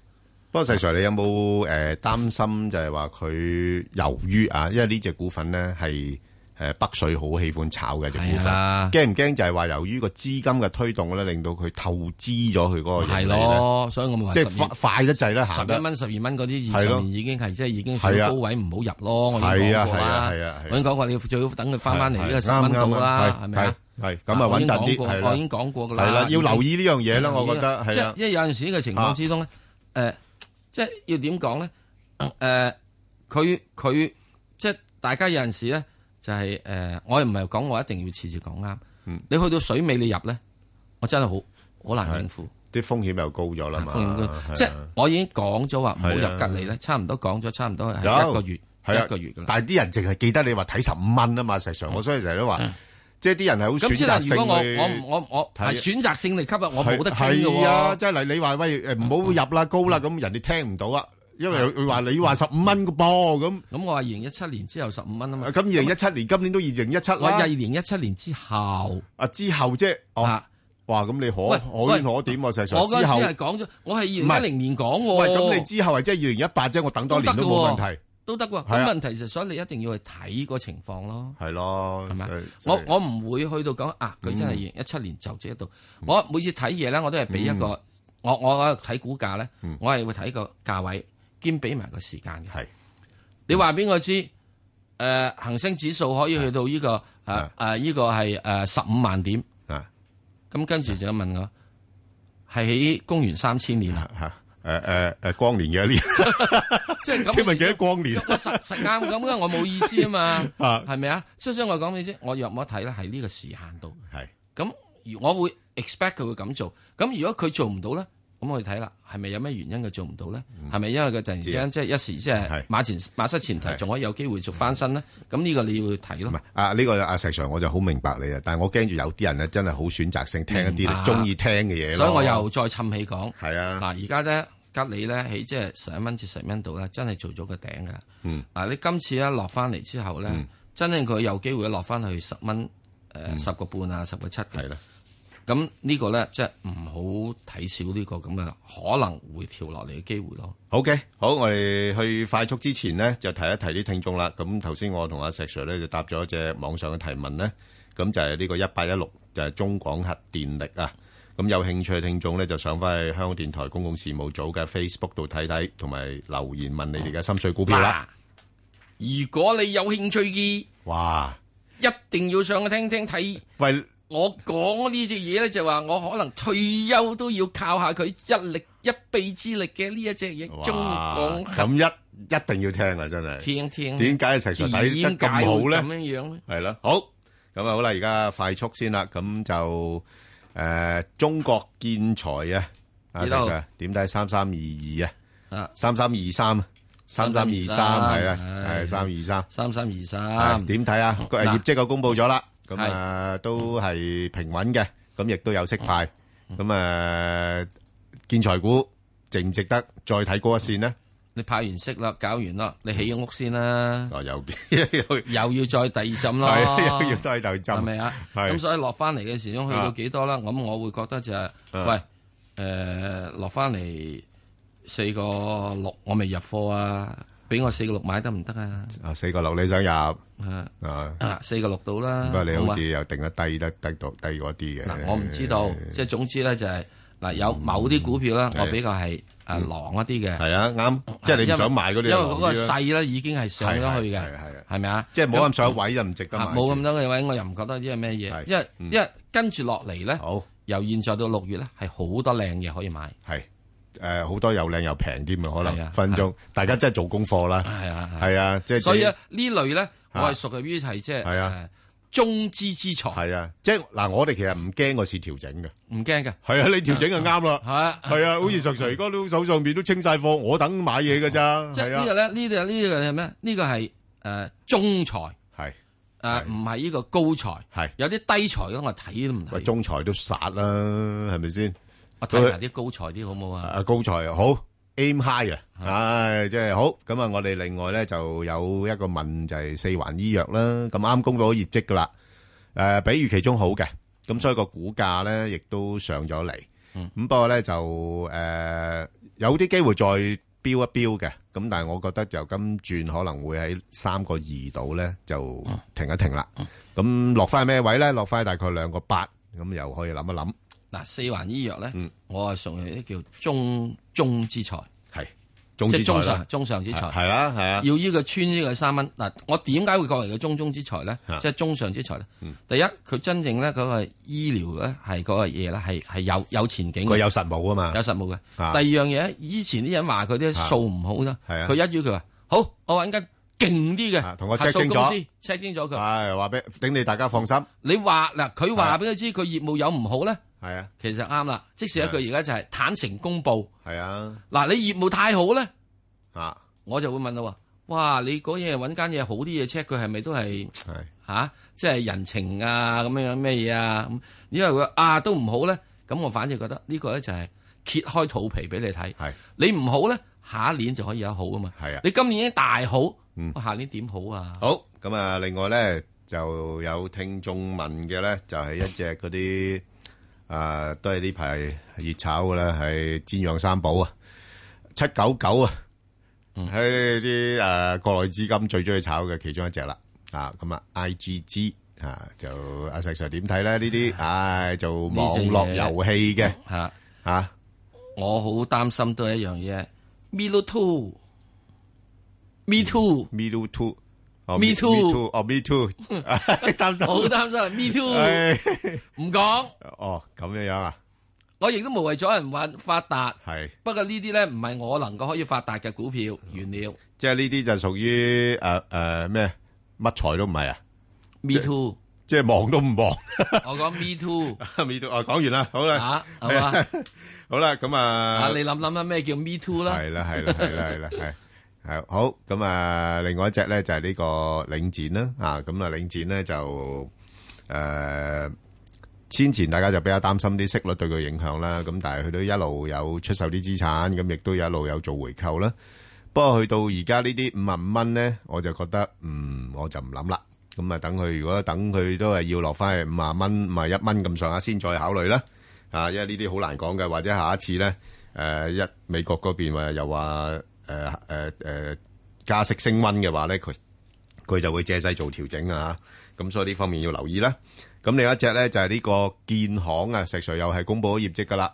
不過石 Sir，你有冇誒擔心就係話佢由於啊，因為呢只股份咧係誒北水好喜歡炒嘅只股份
係啊，
驚唔驚就係話由於個資金嘅推動咧，令到佢透支咗佢嗰個哦盈利
係
呢
咯，所以我咪話
即
12
係快快得滯啦，
十
行
一
得
蚊、十二蚊嗰啲
係
二
咯
十年已經係即係已經
係
喺
啊
高位唔好入咯。我已經
係啊
講過啦
係啊係啊係啊，
我已經講過，你最好等佢翻翻嚟呢個十蚊
啱啱
度啦
啱，
係咪啊？
係係咁啊穩陣啲
我已經講過我
係啦
已經講過㗎啦。
係啦要留意呢樣嘢啦我覺得係啦啊
即係因為有陣時嘅情況之中咧，誒，即係要點講咧？誒，佢佢即係大家有陣時咧，就係誒，我又唔係講我一定要次次講啱。
嗯
你去到水尾你入咧，我真係好好難應付。
啲風險又高咗啦嘛
風險高，
係啊
即係我已經講咗話唔好入吉利
係啊
咧，差唔多講咗，差唔多係
有
一個月，
係啊
一個月噶啦。
但係啲人淨係記得你話睇十五蚊啊嘛，石 Sir，我所以成日都話，即係啲人係好
嗯咁
選
先啦
擇，性
如果我
去
我我我係
睇
選擇性嚟吸啊，我冇得傾
係
嘅
係啊，
喎。嗯
即係嚟你話喂誒唔好入啦高啦，咁人哋聽唔到啊，因為佢話你話十五蚊個噃咁。
咁我話二零一七年之後十五蚊啊嘛。
咁二零一七年今年都二零一七啦。
我二零一七年之後啊
啊之後啫，哦，哇咁你
喂
可可圈可點喎，石 Sir。
我嗰
之後
陣時係講咗，我係
唔
二
係
零一零年講喎。
喂，咁你之後係即係二零一八啫，我等多年都冇問題。
都得喎。
係
咁
啊
問題就所以你一定要去睇個情況咯。啊
係咯，係咪？
我我唔會去到講啊，佢真係二
嗯
零一七年就即一度。我每次睇嘢咧，我都係俾一個我我睇股價咧，我係會睇個價位，兼俾埋個時間嘅。
嗯係
你話俾我知，誒恒生指數可以去到呢個誒誒呢個係誒十五萬點。
啊，
咁跟住就問我係喺公元三千年啊？
誒誒誒，光年嘅呢？
即 係咁
請問幾多光年？
我實實啱咁，因為我冇意思啊嘛，
啊
係咪啊？所以所以我講俾你知，我若冇得睇咧，係呢個時限度。
係
咁，如我會 expect 佢會咁做。咁如果佢做唔到咧，咁我哋睇啦，係咪有咩原因佢做唔到咧？
嗯
係咪因為佢突然之
啊
間即係一時即係馬前馬失前蹄，仲可以有機會做翻身咧？咁呢個你要睇咯。
啊！呢個阿石 Sir 我就好明白你啊，但係我驚住有啲人咧真係好選擇性聽一
明白
啲你中意聽嘅嘢
嗯
咯
啊所以我又再氹起講，
係啊，
嗱而家咧吉利咧喺即係十一蚊至十蚊度咧，真係做咗個頂㗎。
嗯
嗱，你今次咧落翻嚟之後咧，呃真正佢有機會落翻去十蚊誒十個半啊，十個七嘅。
嗯啦，
咁呢個咧，即係唔好睇少呢個咁嘅可能會跳落嚟嘅機會咯。
好嘅，好，我哋去快速之前呢，就提一提啲聽眾啦。咁頭先我同阿石 Sir 咧就答咗一隻網上嘅提問咧，咁就係呢個一八一六，就係中廣核電力啊。咁有興趣嘅聽眾咧，就上翻去香港電台公共事務組嘅 Facebook 度睇睇，同埋留言問你哋嘅心水股票啦。
如果你有興趣嘅，
哇！
一定要上去聽聽睇。
喂，
我講呢隻嘢咧，就話我可能退休都要靠下佢一力一臂之力嘅呢一隻嘢，中
哇
港！
咁一一定要聽啦，真係。
聽聽
點解石 Sir 睇得咁好咧？
點解會咁樣樣咧
係啦，好咁啊，好啦，而家快速先啦，咁就誒中國建材啊，阿石
幾多號
Sir 點睇三三二
二啊，
三三二三。三三二三係啦，
唉
係三二三，
三三二
係
三
點睇啊？個
嗱
業績就公布咗啦，咁啊都係平穩嘅，咁亦都有息派，咁啊建材股值唔值得再睇高一線呢？
你派完息啦，搞完啦，你起咗屋先啦。
哦，又
又要再第二浸咯，
係啊又要再第二浸
係咪啊？
係啊
咁所以落翻嚟嘅時鐘去到幾多啦？咁我會覺得就係，喂，誒落翻嚟四個六，我未入貨啊，俾我四個六買得唔得啊？
啊四個六你想入
啊啊四個六到啦，
不過你
好
好
嘛
似又定得低得低到低嗰啲嘅。
我唔知道，即係總之咧就係嗱，有某啲股票咧，
嗯係
我比較係誒狼一啲嘅。
係啊，啱，即係你唔想買嗰啲
因為
就
因為嗰個
狼啲啦
勢咧已經係上咗去嘅，係咪啊？
即係冇咁上位就唔值得買嗯
啊冇咁多嘅位，我又唔覺得呢係咩嘢，因為因為跟住落嚟咧，
好
由現在到六月咧係好多靚嘢可以買。
係誒好多又靚又平添啊，可
係
能
啊
分鐘，大家真係做功課啦。
係啊係啊
係啊，即係
所以
自己
呢類咧，我
啊
係屬於係即係
係啊
誒中資之財。
係啊，即係嗱，我哋其實唔驚個市調整嘅，
唔驚嘅。
係啊，你調整就啱啦。
係啊
係啊，好似常常而家都手上邊都清晒貨，我等買嘢嘅咋。
即係
係
呢個咧，
啊，
呢個呢個係咩？呢個係誒中財，
係
誒唔係呢個高財，
係
有啲低財咁我睇都唔
喂，
睇。
中財都殺啦，係咪先？
我睇埋啲高財啲好唔好啊？
啊高才好 aim high 啊，唉，即係好咁啊！我哋另外咧就有一個問就係四環醫藥啦，咁啱公布咗業績噶啦，誒比預期中好嘅，咁所以個股價咧亦都上咗嚟，咁不過咧就誒有啲機會再飆一飆嘅，咁但係我覺得就今轉可能會喺三個二度咧就停一停啦，咁落翻咩位咧？落翻大概兩個八，咁又可以諗一諗。
嗱，四環醫藥咧，
嗯
我係屬於啲叫中中之財，
係中之
即係
財
中
啦
上中上之財，
係係啦係啊
要呢個穿呢個三蚊。嗱，我點解會講嚟嘅中中之財咧
啊？
即係中上之財咧。
嗯
第一，佢真正咧嗰個醫療咧係嗰個嘢咧係係有有前景嘅，
佢有實務啊嘛
有實務嘅。
啊
第二樣嘢，以前啲人話佢啲數唔好啦，
係啊
佢一於佢話好，我揾間勁啲嘅，
同我
核
check
數
清楚
公司 check 清楚佢。
係話俾等你大家放心。啊
你話嗱，佢話俾佢知佢業務有唔好咧，
係啊，
其實啱啦。即使一句而家就係坦誠公佈。
係啊，
嗱，你業務太好咧，
啊，
我就會問啦喎，哇，你嗰嘢揾間嘢好啲嘢 check 佢係咪都係嚇，即係人情啊咁樣樣咩嘢啊？咁因為佢啊都唔好咧，咁我反而覺得呢個咧就係揭開肚皮俾你睇。
係
你唔好咧，下一年就可以有好啊嘛。
係啊嗯
你今年已經大好，下年點好啊？
好咁啊！另外咧就有聽眾問嘅咧，就係、一隻嗰啲啊，都係呢排熱炒嘅啦，係煎釀三寶啊，七九九啊，喺啲誒國內資金最中意炒嘅其中一隻啦。啊，咁啊，IGG 啊，就阿石 Sir 點睇咧？呢啲唉，做網絡遊戲嘅
嚇
啊嚇，
我好擔心都係一樣嘢，Milo Two，Me Too，Me
Too。哦
Me too
哦，Me too，擔心
好擔心，Me 啊 too，
唉
唔講，
哦，咁樣樣啊，
我亦都無謂阻人玩發達。
係。哦
不過呢啲咧唔係我能夠可以發達嘅股票原料，
即係呢啲就屬於誒誒咩乜財都唔係啊
，me too，
即係望都唔望。
我講 me too，me
too，哦講完啦，好啦，
嚇係嘛？
好啦，咁啊
啊，，你諗諗啦，咩叫 me too 啦？
係啦係啦係啦係啦係。係好咁啊！另外一隻咧就係呢個領展啦，啊咁啊領展咧就呃誒、先前大家就比較擔心啲息率對佢影響啦，咁但係佢都一路有出售啲資產，咁亦都一路有做回購啦。不過去到而家呢啲五萬五蚊咧，我就覺得嗯我就唔諗啦，咁啊等佢如果等佢都係要落翻去五啊蚊、五啊一蚊咁上下先再考慮啦。啊，因為呢啲好難講嘅，或者下一次咧，誒、一美國嗰邊話又話誒誒誒加息升温嘅話咧，佢佢就會借勢做調整啊。咁所以呢方面要留意啦。咁另一隻咧就係、呢個建行啊，石 Sir 又係公佈咗業績噶啦，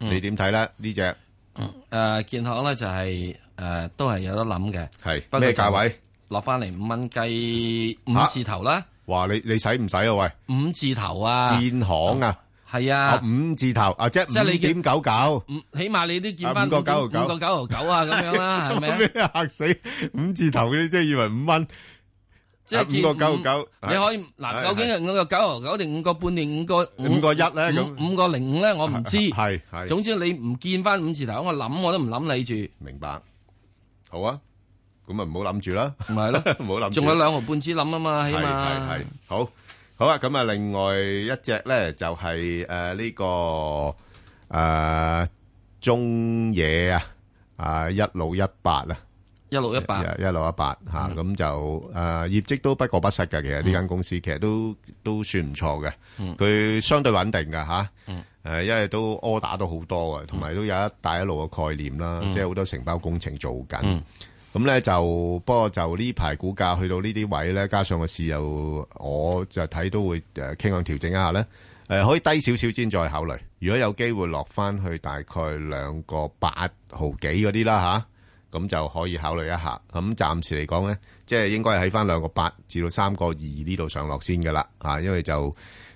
嗯
你點睇咧呢只？
誒建行咧就係誒都係有得諗嘅，
係
不過
咩
就
價位？
落翻嚟五蚊雞五
嚇
字頭啦，
哇！你你使唔使啊？喂，
五字頭啊，
建行啊，
係啊，
五字頭啊，即
即係
係
你
五
嘅
點九九。
起碼你都見
啊
翻
五個九毫九
五個九毫九啊咁樣 啦，係咪啊？
吓死五字頭嗰啲，即係以為五蚊，
即係見
五個九毫九
五你可以嗱，
係
究竟係五個九毫九定五個半定五個
五個一咧
五
咁
五個零五咧，我唔知。
係係
總之你唔見翻五字頭，我諗我都唔諗你住。
明白。好啊，咁啊唔好諗住啦，
咪係咯，
唔好諗住。
仲有兩毫半支諗啊嘛，起
係係
碼
係，好好啊。咁啊，另外一隻咧就係诶呢個诶中野啊，啊一六一八啊。
一六一八。
一一六一八吓，咁就诶業績都不過不失嘅。其實呢間公司其實都都算唔錯嘅，佢相對穩定嘅吓。誒，因為都 order 都好多嘅，同埋都有一帶一路嘅概念啦，
嗯
即係好多承包工程做緊
嗯。
咁咧就不過就呢排股價去到呢啲位咧，加上個市又我就睇都會誒傾向調整一下咧。誒可以低少少先再考慮。如果有機會落翻去大概兩個八毫幾嗰啲啦吓，咁就可以考慮一下。咁暫時嚟講咧，即係應該係喺翻兩個八至到三個二呢度上落先噶啦啊，因為就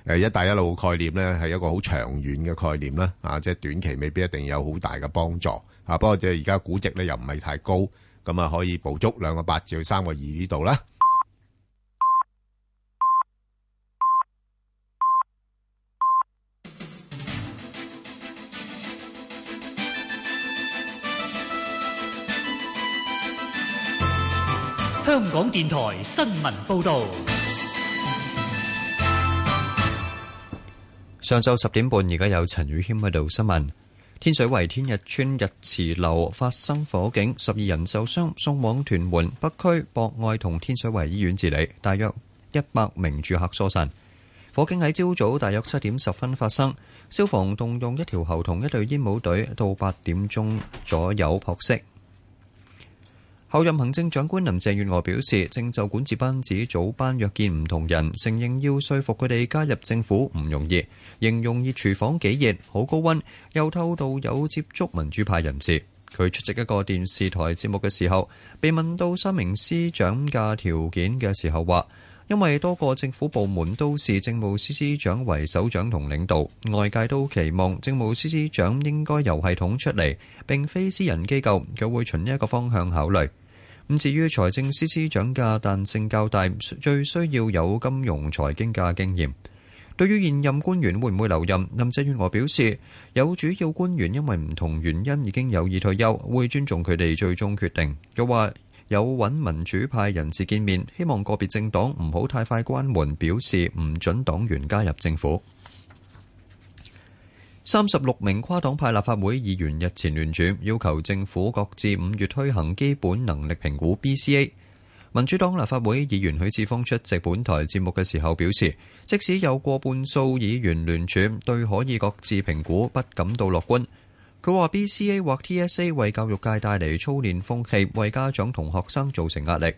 誒一帶一路概念咧係一個好長遠嘅概念啦啊，即係短期未必一定有好大嘅幫助啊。不過即係而家估值咧又唔係太高，咁啊可以捕捉兩個八至到三個二呢度啦。
香港電台新聞報導，
上晝十點半，而家有陳宇軒喺度新聞。天水圍天日村日池樓發生火警，十二人受傷，送往屯門北區博愛同天水圍醫院治理，大約一百名住客疏散。火警喺朝早大約七點十分發生，消防動用一條喉同一隊煙帽隊，到八點鐘左右撲熄。後任行政長官林鄭月娥表示，正就管治班子組班約見唔同人，承認要說服佢哋加入政府唔容易，形容熱廚房幾熱，好高温，又透露有接觸民主派人士。佢出席一個電視台節目嘅時候，被問到三名司長嘅條件嘅時候話。因為多個政府部門都視政務司司長為首長同領導，外界都期望政務司司長應該由系統出嚟，並非私人機構，佢會循呢一個方向考慮。咁至於財政司司長嘅彈性較大，最需要有金融財經嘅經驗。對於現任官員會唔會留任，林鄭月娥表示，有主要官員因為唔同原因已經有意退休，會尊重佢哋最終決定。又話有揾民主派人士見面，希望個別政黨唔好太快關門，表示唔准黨員加入政府。三十六名跨黨派立法會議員日前聯署，要求政府各自五月推行基本能力評估 （BCA）。民主黨立法會議員許智峰出席本台節目嘅時候表示，即使有過半數議員聯署，對可以各自評估不感到樂觀。佢話 BCA 或 TSA 為教育界帶嚟操練風氣，為家長同學生造成壓力。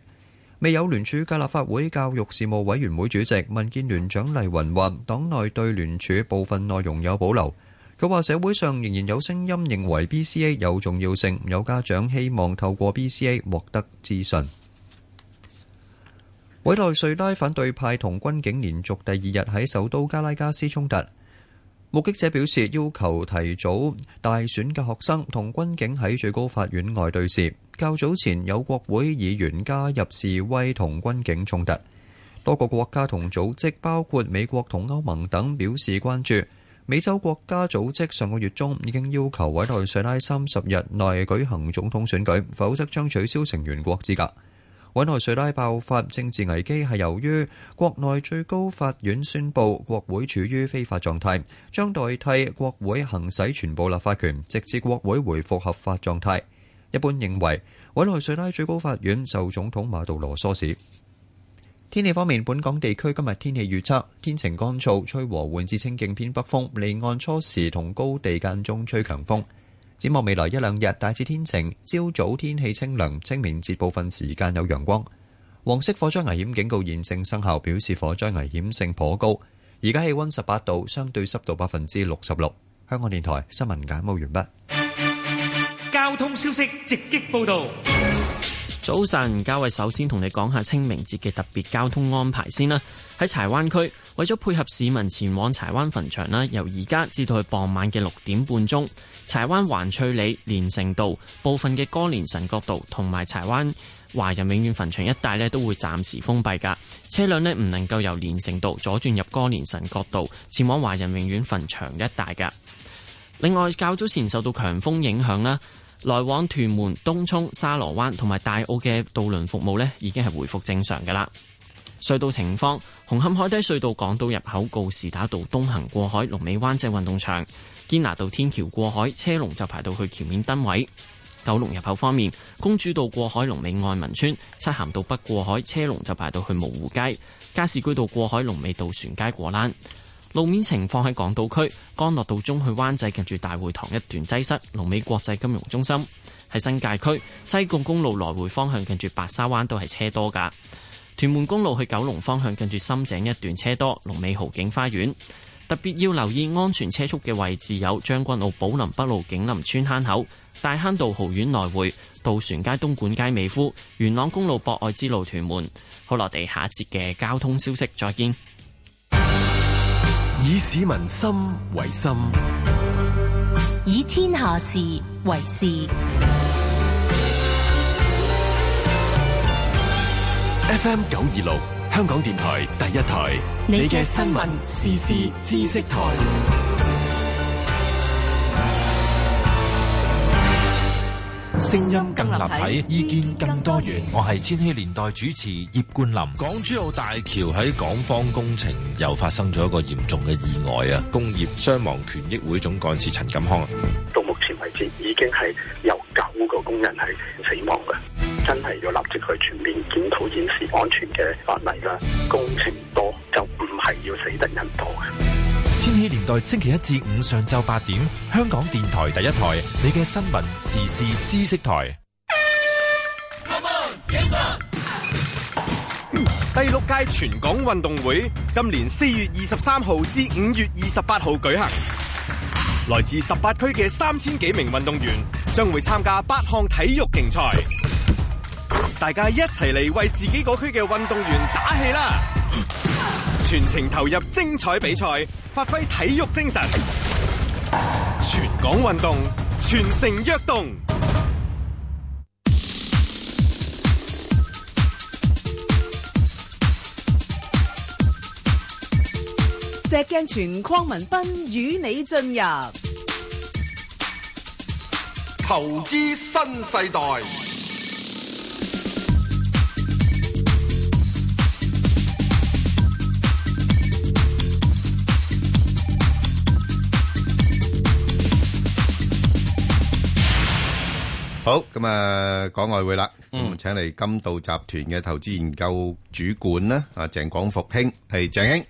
未有聯署嘅立法會教育事務委員會主席民建聯蔣麗雲話，黨內對聯署部分內容有保留。佢話社會上仍然有聲音認為 BCA 有重要性，有家長希望透過 BCA 獲得資訊。委內瑞拉反對派同軍警連續第二日喺首都加拉加斯衝突。目擊者表示，要求提早大選嘅學生同軍警喺最高法院外對峙。較早前有國會議員加入示威同軍警衝突，多個國家同組織包括美國同歐盟等表示關注。美洲國家組織上個月中已經要求委內瑞拉三十日內舉行總統選舉，否則將取消成員國資格。委內瑞拉爆發政治危機係由於國內最高法院宣布國會處於非法狀態，將代替國會行使全部立法權，直至國會回復合法狀態。一般認為，委內瑞拉最高法院受總統馬杜羅唆使。天氣天氣方面，本港地區今日天氣預測天晴乾燥，吹和緩至清勁偏北風，離岸初時同高地間中吹強風。展望未來一兩日大致天晴，朝早天氣清涼，清明節部分時間有陽光。黃色火災危險警告現正生效，表示火災危險性頗高。而家氣温十八度，相對濕度百分之六十六。香港電台新聞簡報完畢。
交通消息直擊報道。
早晨，家偉首先同你講下清明節嘅特別交通安排先啦。喺柴灣區，為咗配合市民前往柴灣墳場啦，由而家至到去傍晚嘅六點半鐘，柴灣環翠里、連城道、部分嘅歌連臣角道同埋柴灣華人永遠墳場一帶呢，都會暫時封閉㗎。車輛呢唔能夠由連城道左轉入歌連臣角道，前往華人永遠墳場一帶㗎。另外，較早前受到強風影響啦，來往屯門、東涌、沙螺灣同埋大澳嘅渡輪服務呢，已經係回復正常㗎啦。隧道情況，紅磡海底隧道港島入口告士打道東行過海，龍尾灣仔運動場；堅拿道天橋過海，車龍就排到去橋面燈位。九龍入口方面，公主道過海龍尾愛民村，漆咸道北過海車龍就排到去蕪湖街，加士居道過海龍尾渡船街果欄。路面情況喺港島區，干諾道中去灣仔近住大會堂一段擠塞，龍尾國際金融中心。喺新界區，西貢公路來回方向近住白沙灣都係車多㗎。屯門公路去九龍方向近住深井一段車多，龍尾豪景花園。特別要留意安全車速嘅位置有將軍澳寶林北路景林村坑口、大坑道豪苑來回、渡船街東莞街美孚、元朗公路博愛之路屯門。好啦，我哋下一節嘅交通消息再見。
以市民心為心，
以天下事為事。
FM 九二六，香港電台第一台，你嘅新聞、時事、知識台。
聲音更立體，意見更多元。我係千禧年代主持葉冠霖。
港珠澳大橋喺港方工程又發生咗一個嚴重嘅意外啊！工業傷亡權益會總幹事陳錦康，啊
到目前為止已經係有九個工人係死亡嘅，真係要立即去全面檢討現時安全嘅法例啦。工程多就唔係要死得人多嘅。
千禧年代星期一至五上晝八點，香港電台第一台，你嘅新聞時事知識台。
第六屆全港運動會今年四月二十三號至五月二十八號舉行，來自十八區嘅三千幾名運動員將會參加八項體育競賽，大家一齊嚟為自己嗰區嘅運動員打氣啦！全程投入精彩比賽，發揮體育精神，全港運動，全城躍動。
石鏡泉鄺民彬與你進入
投資新世代，
好，咁啊，講外匯啦，咁請嚟金道集團嘅投資研究主管啦，啊鄭廣復兄，係鄭兄。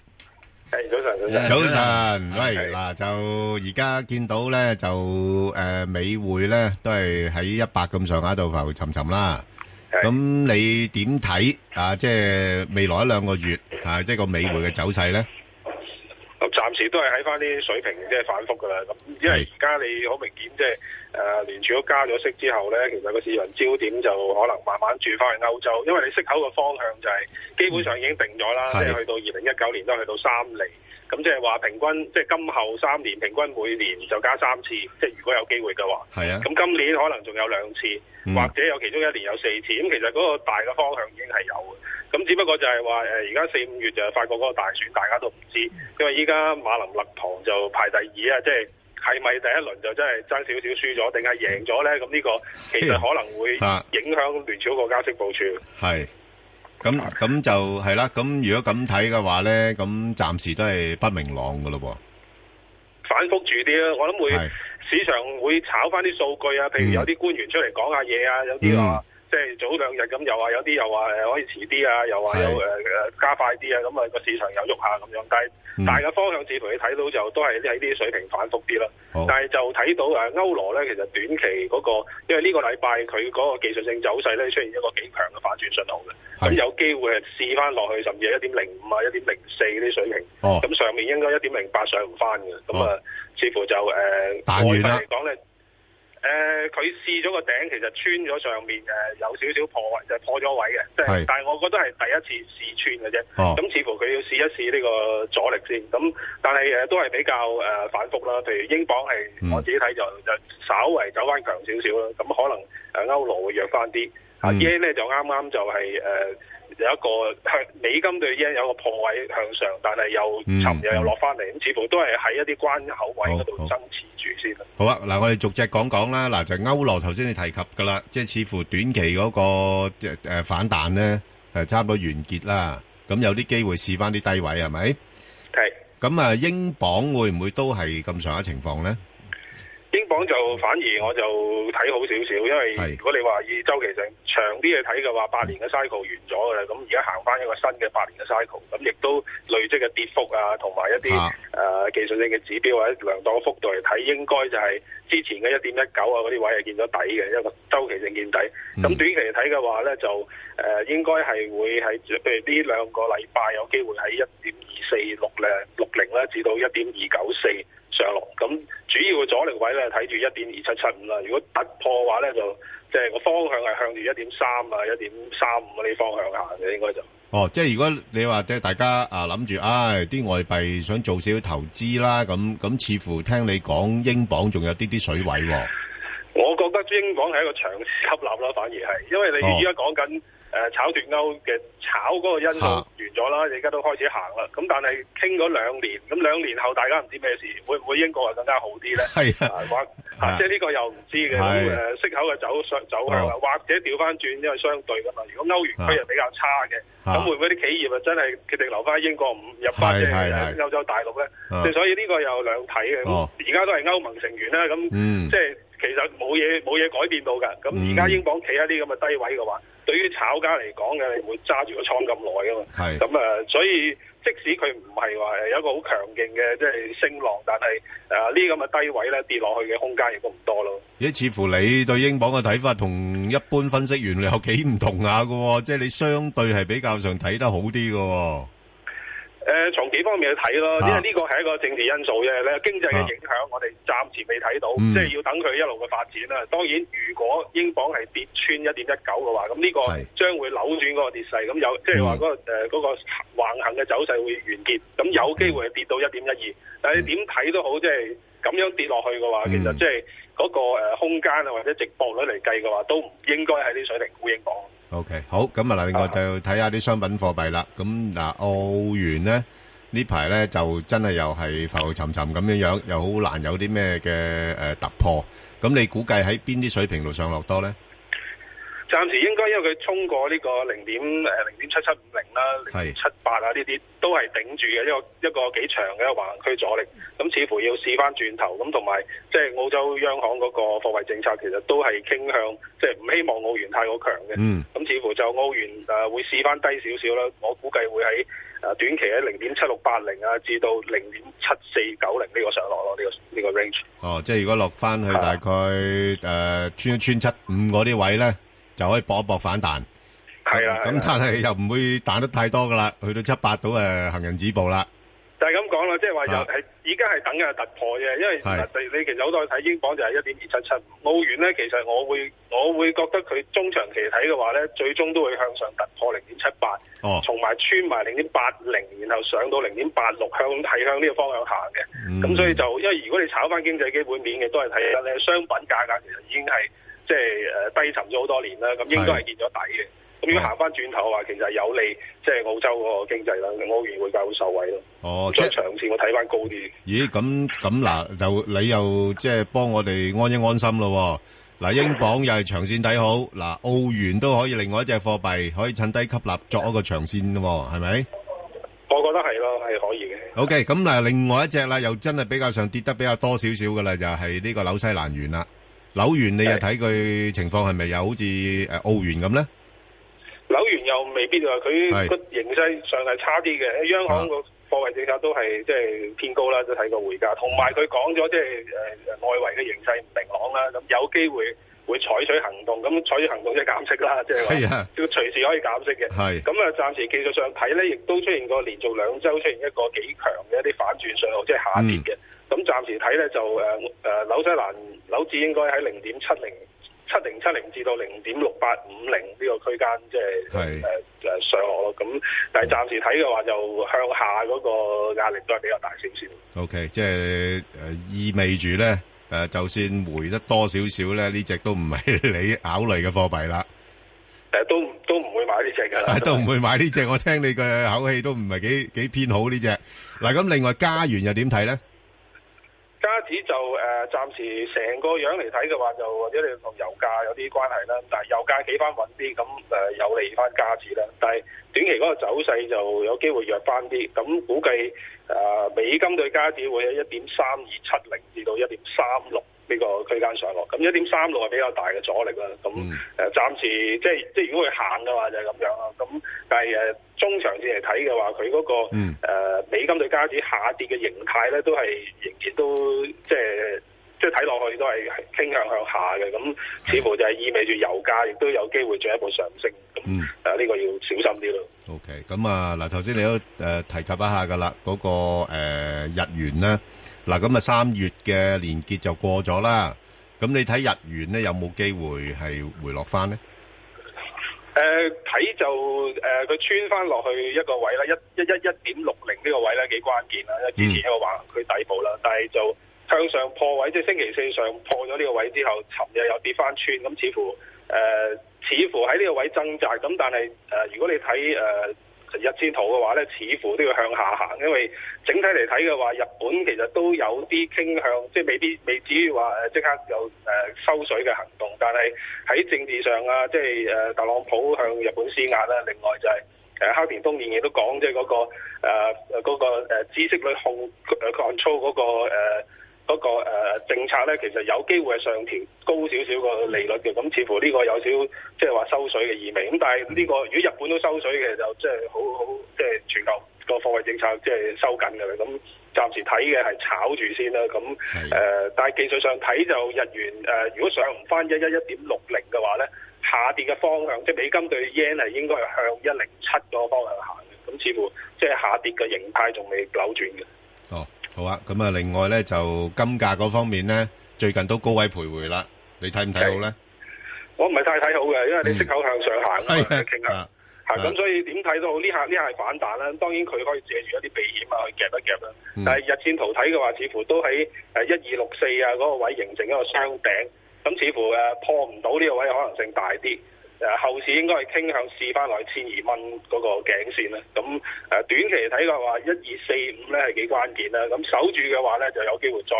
係早晨，
早晨，喂，嗱就而家見到咧就誒美匯咧都係喺一百咁上下度浮沉沉啦。咁你點睇啊？即係未來一兩個月啊，即係個美匯嘅走勢咧？
咁暫時都係喺翻啲水平即係反覆㗎啦。咁因為而家你好明顯即係誒聯儲都加咗息之後咧，其實個市場焦點就可能慢慢轉翻去歐洲，因為你息口嘅方向就係、基本上已經定咗啦，
嗯
即
係
係去到二零一九年都去到三厘。咁即係話平均，即係今後三年平均每年就加三次，即係如果有機會嘅話。
係啊
咁今年可能仲有兩次，
嗯
或者有其中一年有四次。咁其實嗰個大嘅方向已經係有嘅。咁只不過就係話誒，而家四五月就係法國嗰個大選，大家都唔知，因為依家馬林勒旁就排第二啊，即係。係咪第一輪就真係爭少少輸咗，定係贏咗呢？咁呢個其實可能會
啊
影響聯儲個加息部署。
係。咁咁就係啦。咁如果咁睇嘅話咧，咁暫時都係不明朗噶咯
反覆住啲啦。我諗會市場會炒翻啲數據啊，譬如
嗯
有啲官員出嚟講下嘢啊，有啲話即即係早兩日咁又話有啲又話誒可以遲啲啊，又話有誒誒加快啲啊，咁啊個市場又喐下咁樣，但係大嘅方向似乎你睇到就都係喺啲水平反覆啲啦。但係就睇到誒歐羅咧，其實短期嗰、個，因為呢個禮拜佢嗰個技術性走勢咧出現一個幾強嘅反轉信號嘅，咁有機會係試翻落去，甚至係一點零五啊、一點零四呢啲水平。
哦
咁上面應該一點零八上唔翻嘅，咁啊
哦，
似乎就誒、呃、
彈完
外幣
啦
嚟講咧。誒佢、試咗個頂，其實穿咗上面誒、呃有少少破位，就破咗位嘅，即
係
係但係我覺得係第一次試穿嘅啫。
哦
咁、似乎佢要試一試呢個阻力先。咁但係誒、呃都係比較誒、呃反覆啦。譬如英鎊係、
嗯
我自己睇就就稍為走翻強少少啦。咁可能誒、呃、歐羅會弱翻啲。啊
嗯
yen 咧就啱啱就係、呃有一個向美金對 yen 有一個破位向上，但係又
嗯
沉又又落翻嚟，咁似乎都係喺一啲關口位嗰度爭持住先啦。
好啊，嗱，我哋逐隻講講啦。嗱，就歐羅頭先你提及噶啦，即係似乎短期嗰、個即係誒反彈咧，誒差唔多完結啦。咁有啲機會試翻啲低位係咪？
係。
咁啊，英鎊會唔會都係咁上下情況咧？
英鎊就反而我就睇好少少，因為如果你話以周期性長啲去睇嘅話，八年嘅 cycle 完咗㗎啦，咁而家行翻一個新嘅八年嘅 cycle，咁亦都累積嘅跌幅啊，同埋一啲誒、呃技術性嘅指標或者量度嘅幅度嚟睇，應該就係之前嘅一點一九啊嗰啲位係見咗底嘅一個周期性見底。咁、短期嚟睇嘅話咧，就誒、呃、應該係會喺譬如呢兩個禮拜有機會喺一點二四六咧六零咧至到一點二九四。上落。咁主要嘅阻力位咧睇住一點二七七五啦。如果突破嘅話咧，就即係個方向係向住一點三啊、一點三五呢方向行嘅，應該就
哦，即係如果你話即係大家啊諗住，唉、啲外幣想做少少投資啦，咁咁似乎聽你講英鎊仲有啲啲水位喎、
我覺得英鎊係一個長線吸納啦，反而係因為你
哦
而家講緊誒炒脱歐嘅炒嗰個因素
嚇
完咗啦，而家都開始行啦。咁但係傾咗兩年，咁兩年後大家唔知咩事，會唔會英國係更加好啲咧？
係
啊，或
啊
啊即係呢個又唔知嘅。咁
係
誒息口嘅走上走向啊，
哦
或者調翻轉，因為相對噶嘛。如果歐元區係比較差嘅，
啊
咁會唔會啲企業啊真係決定留翻英國唔入翻
係
即
係係
係歐洲大陸咧？
啊
即係所以呢個有兩睇嘅。咁
哦
而家都係歐盟成員啦，咁
嗯
即係其實冇嘢冇嘢改變到㗎。咁而家
嗯
英鎊企喺啲咁嘅低位嘅話，對於炒家嚟講嘅，你會揸住個倉咁耐㗎嘛。
係
咁誒，所以即使佢唔係話誒有一個好強勁嘅即係升浪，但係誒呢咁嘅低位咧跌落去嘅空間亦都唔多咯。
咦，似乎你對英鎊嘅睇法同一般分析員有幾唔同下嘅喎，即係你相對係比較上睇得好啲嘅喎。
誒、呃從幾方面去睇咯，因為呢個係一個政治因素啫。咧經濟嘅影響，我哋暫時未睇到，
嗯
即係要等佢一路嘅發展啦。當然，如果英鎊係跌穿一點一九嘅話，咁呢個將會扭轉嗰個跌勢，咁有即係話嗰個誒、嗰個橫行嘅走勢會完結，咁有機會係跌到一點一二。但係點睇都好，即係咁樣跌落去嘅話，其實即係嗰個誒空間啊，或者值博率嚟計嘅話，都唔應該喺啲水平沽英鎊。
OK，好，咁啊嗱，另外就睇下啲商品貨幣啦。咁嗱，澳元咧呢排咧就真係又係浮浮沉沉咁樣樣，又好難有啲咩嘅誒突破。咁你估計喺邊啲水平度上落多咧？
暫時應該因為佢衝過呢個零點誒呃零點七七五零啦、零點七八啊呢啲都係頂住嘅一個一個幾長嘅一個橫行區阻力，咁似乎要試翻轉頭，咁同埋即係澳洲央行嗰個貨幣政策其實都係傾向即係唔希望澳元太過強嘅，
嗯
咁似乎就澳元誒、呃、會試翻低少少啦，我估計會喺誒、呃短期喺零點七六八零啊至到零點七四九零呢個上落咯，呢、個呢、個 range。
哦，即係如果落翻去大概誒、穿一穿七五嗰啲位咧，就可以搏一搏反彈。
係啦係啊
咁
啦
但係又唔會彈得太多噶啦，去到七八到誒行人止步啦。
就係咁講啦，即係話又
啊
係而家係等緊突破啫，因為
係
你其實好多睇英鎊就係一點二七七，澳元咧其實我會我會覺得佢中長期睇嘅話咧，最終都會向上突破零點七八，
哦
同埋穿埋零點八零，然後上到零點八六，向係向呢個方向行嘅。
嗯
咁、所以就因為如果你炒翻經濟基本面嘅，都係睇得咧商品價格其實已經係即係誒低沉咗好多年啦，咁應該係見咗底嘅。咁如果行翻轉頭嘅話，其實係有利即係澳洲嗰個經濟啦，澳元會較受惠咯。
哦，即
再
係
長線我睇翻高啲。
咦，咁咁嗱，就你又即係幫我哋安一安心咯喎。嗱，英鎊又係長線睇好，嗱，澳元都可以另外一隻貨幣可以趁低吸納作一個長線喎，係咪
我覺得係咯，係可以嘅。
？OK，咁嗱，另外一隻啦，又真係比較上跌得比較多少少噶啦，就係呢個紐西蘭元啦。扭完你又睇佢情況係咪又好似誒澳元咁咧？
扭完又未必話佢
係啊
個形勢上係差啲嘅，央行個貨幣政策都係即係偏高啦，都睇個匯價，同埋佢講咗即係誒外圍嘅形勢唔明朗啦，咁有機會會採取行動，咁採取行動即係減息啦，即係
係
話
啊
要隨時可以減息嘅。
係
咁啊，暫時技術上睇咧，亦都出現過連續兩週出現一個幾強嘅一啲反轉信號，即係下跌嘅。咁暫時睇咧就誒誒、呃紐西蘭紐指應該喺零點七零七零七零至到零點六八五零呢個區間，即係誒
係
誒上落咯。咁但係暫時睇嘅話，就向下嗰個壓力都係比較大少少。
OK，即係誒、意味住咧誒，就算回得多少少咧，呢只都唔係你考慮嘅貨幣啦，
誒、都唔都唔會買呢只㗎啦，
都唔會買呢只。我聽你嘅口氣都唔係幾幾偏好呢只。嗱，咁另外加元又點睇咧？
加指就誒、呃、暫時成個樣嚟睇嘅話，就或者你同油價有啲關係啦。但係油價企翻穩啲，咁誒、呃有利翻加指啦。但係短期嗰個走勢就有機會弱翻啲。咁估計誒、呃美金對加指會喺一點三二七零至到一點三六呢個區間上落。咁一點三六係比較大嘅阻力啦。咁誒暫時即係即係如果佢行嘅話就係咁樣啦。咁但係誒、呃中長線嚟睇嘅話，佢嗰、個、呃美金對加指下跌嘅形態咧，都係仍然都即係即係睇落去都係傾向向下嘅。咁似乎就係意味住油價亦都有機會進一步上升。咁誒呢個要小心啲咯。
OK，咁啊嗱，頭先你都誒提及一下噶啦，嗰、個、呃、日元咧，嗱咁啊三月嘅連結就過咗啦，咁你睇日元咧有冇機會係回落翻咧？
誒睇、就誒佢、穿翻落去一個位啦，一一一一點六零呢個位咧幾關鍵啦，因為之前一個橫行區底部啦，但係就向呃上破位，即係星期四上破咗呢個位之後，尋日又跌翻穿，咁似乎誒、似乎喺呢個位掙扎，咁但係誒、如果你睇誒。日線圖嘅話咧，似乎都要向下行，因為整體嚟睇嘅話，日本其實都有啲傾向，即係未必未至於話誒即刻有誒、呃收水嘅行動，但係喺政治上啊，即係誒、特朗普向日本施壓啦，另外就係、誒烤田呃東彥亦都講，即係嗰個誒誒嗰個誒孳息率控誒 control 嗰、個、誒嗰、個、誒政策咧，其實有機會係上調高少少個利率嘅，咁似乎呢個有少即係話收水嘅意味。咁但係呢、個如果日本都收水嘅，就即係好好即係全球個貨幣政策即係收緊嘅啦。咁暫時睇嘅係炒住先啦。咁誒、但係技術上睇就日元誒、如果上唔翻一一一點六零嘅話咧，下跌嘅方向即係美金對 yen 係應該係向一零七個方向行嘅。咁似乎即係下跌嘅形態仲未扭轉嘅。
哦，好啊，咁啊，另外咧就金價嗰方面咧，最近都高位徘徊啦，你睇唔睇好咧？
我唔係太睇好嘅，因為你息口向上行啊嘛，傾向係啊咁，所以點睇都好，呢下呢下係反彈啦。當然佢可以借住一啲避險啊去夾一夾啦。但係日線圖睇嘅話，似乎都喺誒一二六四啊嗰個位形成一個雙頂，咁似乎誒破唔到呢個位可能性大啲。誒後市應該係傾向試翻落去千二蚊嗰個頸線啦。咁
嗯
誒短期嚟睇嘅話，一二四五咧係幾關鍵啦。咁守住嘅話咧，就有機會再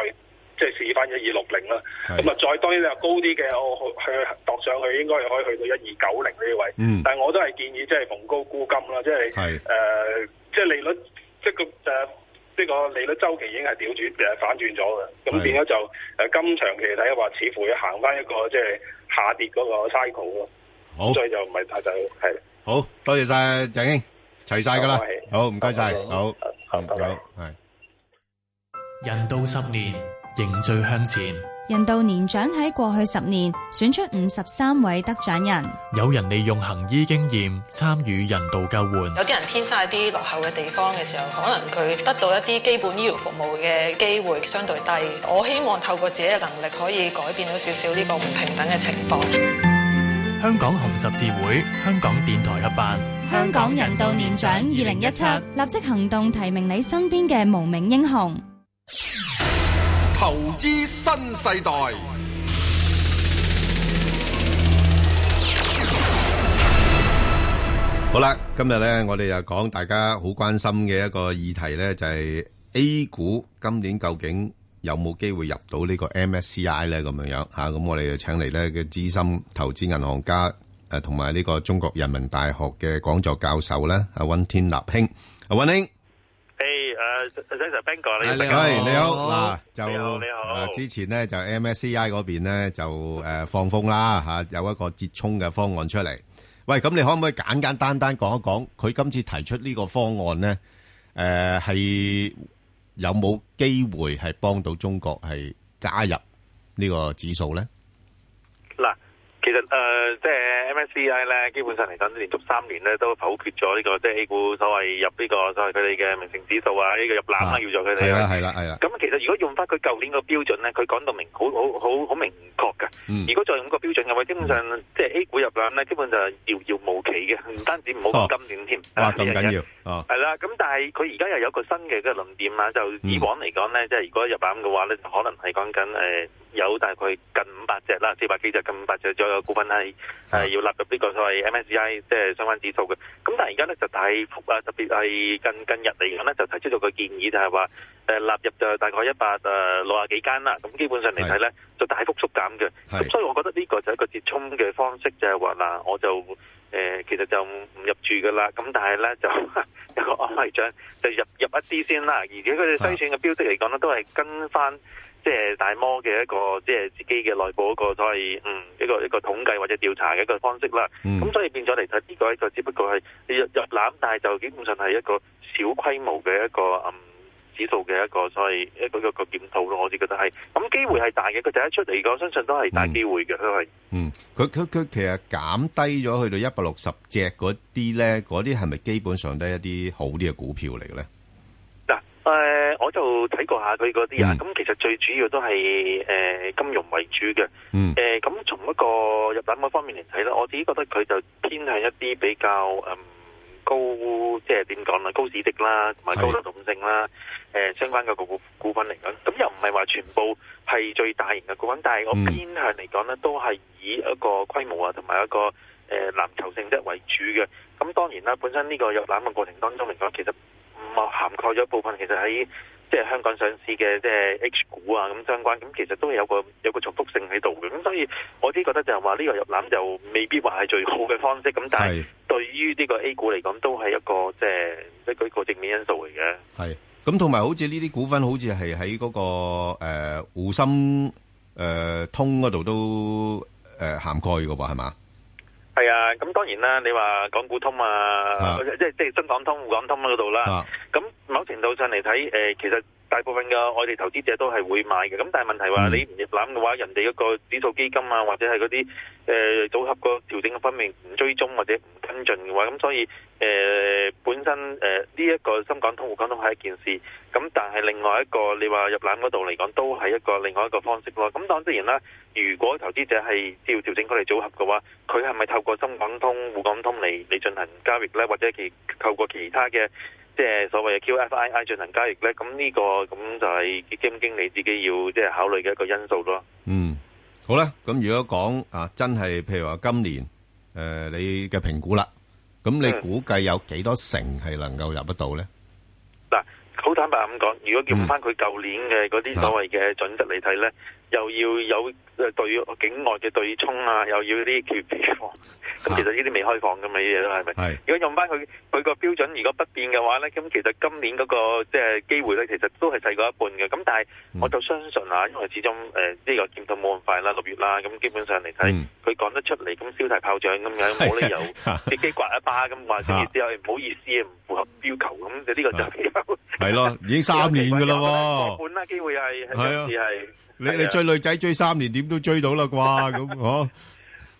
即係試翻一二六零啦。咁啊，再當然你話高啲嘅，我去度上去應該係可以去到一二九零呢啲位。
嗯
但係我都係建議即係逢高沽金啦，即係誒
係、
即係利率即係個誒。呢個利率周期已經係調轉誒反轉咗嘅，咁
係
變咗就誒、今長期嚟睇嘅話，似乎要行翻一個即係下跌嗰個 cycle 咯。
好
所以就唔係太大係。
好多謝晒鄭英，齊晒噶啦
好啊係，
好唔該晒，好，
好，
係。
人到十年，凝聚向前。
人道年獎喺過去十年選出五十三位得獎人。
有人利用行醫經驗參與人道救援，
有啲人偏晒啲落後嘅地方嘅時候，可能佢得到一啲基本醫療服務嘅機會相對低。我希望透過自己嘅能力，可以改變到少少呢個唔平等嘅情況。
香港紅十字會、香港電台合辦。
香港人道年獎二零一七，立即行動提名你身邊嘅無名英雄。
投資新世代，
好啦，今日咧我哋又講大家好關心嘅一個議題咧，就係 A 股今年究竟有冇機會入到呢個 MSCI 咧咁樣樣吓，咁、我哋就請嚟咧嘅資深投資銀行家誒，同埋呢個中國人民大學嘅講座教授咧，阿温天立兄，阿温兄。
誒誒，
Sir，Ben 哥，你
係你好，嗱就
你好，你好
嗱之前咧就 MSCI 嗰邊咧就誒放風啦嚇，有一個折衷嘅方案出嚟。喂，咁你可唔可以簡簡單單講一講佢今次提出呢個方案咧？誒係有冇機會係幫到中國係加入呢個指數咧？
嗱，其實誒、呃即係 MSCI 咧，基本上嚟講連續三年咧都否決咗呢、個即係 A 股所謂入呢、個所謂佢哋嘅明成指數啊，呢、個入籃啦，要做佢哋
係啦，係啦，係啦。
咁其實如果用翻佢舊年個標準咧，佢講到明好好好好明確嘅。如果再用個標準嘅話，基本上即係 A 股入籃咧，基本上係遙遙無期嘅，唔單止唔好講今年添。
哇，
啊
咁緊要哦！
係啦，咁但係佢而家又有一個新嘅嘅論點啊，就以往嚟講咧，即係如果入籃嘅話咧，就可能係講緊誒有大概近五百隻啦，四百幾隻近五百隻左右嘅股份係係要納入呢個所謂 MSCI 即係相關指數嘅。咁但係而家咧就大幅啊，特別係近近日嚟講咧，就提出咗個建議就係話誒納入就大概一百誒六啊幾間啦。咁基本上嚟睇咧，就大幅縮減嘅。咁所以我覺得呢個就係一個折衷嘅方式，就係話嗱，我就。誒、呃其實就唔入住噶啦，咁但係咧就 有個安慰獎，就入入一啲先啦。而且佢哋篩選嘅標的嚟講咧，都係跟翻即係大摩嘅一個即係自己嘅內部一個所謂嗯一個一個統計或者調查嘅一個方式啦。咁、所以變咗嚟睇，呢個一個只不過係入入攬，但係就基本上係一個小規模嘅一個嗯。指數嘅一個所謂一個一個一個檢討咯，我自己覺得係咁機會係大嘅，佢第一出嚟講，相信都係大機會嘅，都係
嗯，佢佢佢其實減低咗去到一百六十隻嗰啲咧，嗰啲係咪基本上都係一啲好啲嘅股票嚟嘅咧？
嗱，誒、我就睇過下佢嗰啲啊，咁、其實最主要都係誒、金融為主嘅，誒、咁從一個入籃嗰方面嚟睇咧，我自己覺得佢就偏向一啲比較誒、嗯高，即係點講咧，高市值啦，同埋高流動性啦，誒、相關嘅股股份嚟講，咁又唔係話全部係最大型嘅股份，但係我偏向嚟講咧，都係以一個規模啊，同埋一個誒藍籌性質為主嘅。咁當然啦，本身呢個入籃嘅過程當中嚟講，其實唔啊涵蓋咗部分，其實喺即係香港上市嘅即係 H 股啊咁相關，咁其實都有個有個重複性喺度嘅。咁所以我啲覺得就係話呢個入籃就未必話係最好嘅方式，咁但係對於呢個 A 股嚟講，都係一個即係一個一個正面因素嚟嘅。
係咁，同埋好似呢啲股份，好似係喺嗰個誒滬深誒通嗰度都誒涵蓋嘅喎，係嘛？
係啊，咁當然啦，你話港股通啊，即係即係深港通、滬港通嗰度啦。咁某程度上嚟睇，誒、其實大部分嘅外地投資者都係會買嘅。咁但係問題話，你唔入攬嘅話，人哋嗰個指數基金啊，或者係嗰啲誒呃組合個調整嘅方面唔追蹤或者唔跟進嘅話，咁所以誒、本身誒呢一個深港通、滬港通係一件事。咁但係另外一個你話入攬嗰度嚟講，都係一個另外一個方式咯。咁當然啦，如果投資者係要調整佢哋組合嘅話，佢係咪透過深港通、滬港通嚟嚟進行交易呢？或者其透過其他嘅？即係所謂嘅 QFII 進行交易咧，咁呢個咁就係基金經理自己要即係考慮嘅一個因素咯。
嗯，好啦，咁如果講啊，真係譬如話今年誒你嘅評估啦，咁
嗯
你估計有幾多成係能夠入得到 咧？
嗱，好坦白咁講，如果用翻佢舊年嘅嗰啲所謂嘅準則嚟睇咧，又要有誒對境外嘅對沖啊，又要啲期期貨，咁其實呢啲未開放嘅嘛，呢啲嘢都係咪？如果用翻佢佢個標準，如果不變嘅話咧，咁其實今年嗰、個即係機會咧，其實都係細過一半嘅。咁但係我就相信啊，因為始終誒呢個見到冇咁快啦，六月啦，咁基本上嚟睇，佢講、得出嚟咁燒大炮仗咁樣，冇理由自己刮一巴咁話，先之後唔好意思唔符合要求咁，就呢個就比較
係咯，已經三年噶啦
過
喎，
半啦，機會係
係啊
有時係啊
你你追女仔追三年點都追到啦啩？ 咁哦，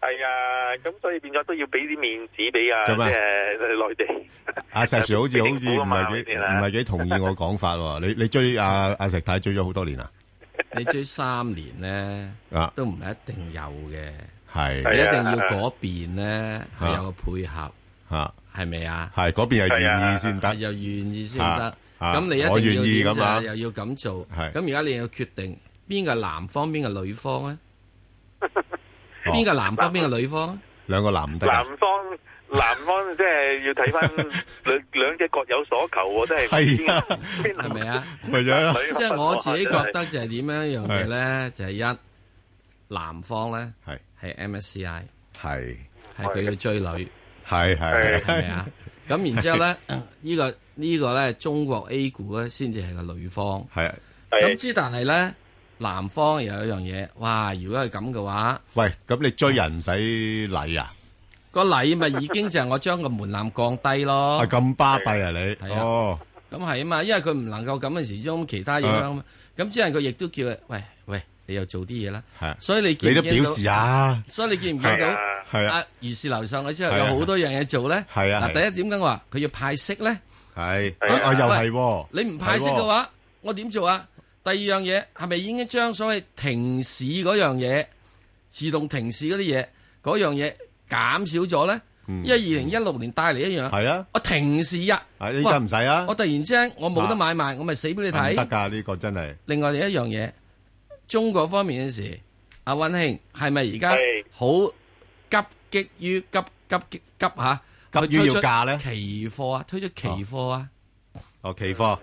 係啊，咁所以變咗都要俾啲面子俾啊，即
做咩
係內地。
阿石 Sir 好似好 似
政府
唔
啊嘛
係幾
呢啲
唔
啦
係幾同意我講法喎？你你追阿阿石太追咗好多年啊？
你追三年咧
啊，
都唔係一定有嘅，
係
你一定要嗰邊咧
啊
係有個配合，
吓
係咪啊？
係嗰邊係願意先得，
又願意先得。
啊
咁你
我
一
願意
定要
咁啊
點就係又要咁做。
係
咁而家你要決定邊個係男方，邊個女方咧？邊個男方，邊個女方啊？
兩個男唔得㗎
南方南方即係要睇翻兩兩隻各有所求喎，真係
係
啊，
係咪啊？
咪就係咯
即係我自己覺得就係點樣一樣嘢咧，就係一男方咧係係 MSCI
係
係佢要追女
係係
係咪啊？咁然之後咧，呢個呢個咧，中國 A 股咧先至係個女方。
係啊。
咁之但係咧，南方又有一樣嘢，哇！如果係咁嘅話，
喂，咁你追人唔使禮啊？
個禮咪已經就係我將個門檻降低咯。
係咁巴閉啊你？
係啊
哦，啊
咁係啊嘛，因為佢唔能夠咁嘅時鐘其他影響嘛。咁之後佢亦都叫佢，喂喂，你又做啲嘢啦。
係啊
所以你見唔
你都
見
表
到
示下
所以你見唔見到
係啊係啊？
如是樓上去之後
係
有
啊
好多樣嘢做咧。
係啊係啊
嗱，第一點解我話佢要派息咧？
係
係啊
啊，又係喎，
你唔派息嘅話，我點做啊？第二樣嘢係咪已經將所謂停市嗰樣嘢，自動停市嗰啲嘢，嗰樣嘢減少咗咧？因為二零一六年帶嚟一樣，
係嗯啊，
我停市啊，
係依家唔使啊
哇我突然之間我冇得
啊
買賣，我咪死俾你
係喎，唔得
睇。
㗎呢個真係。
另外另一樣嘢，中國方面嘅時，阿温兄係咪而家好急激於急急急急吓？
急
去
於
推出
要價呢
期貨啊，推出期貨啊，
哦，期貨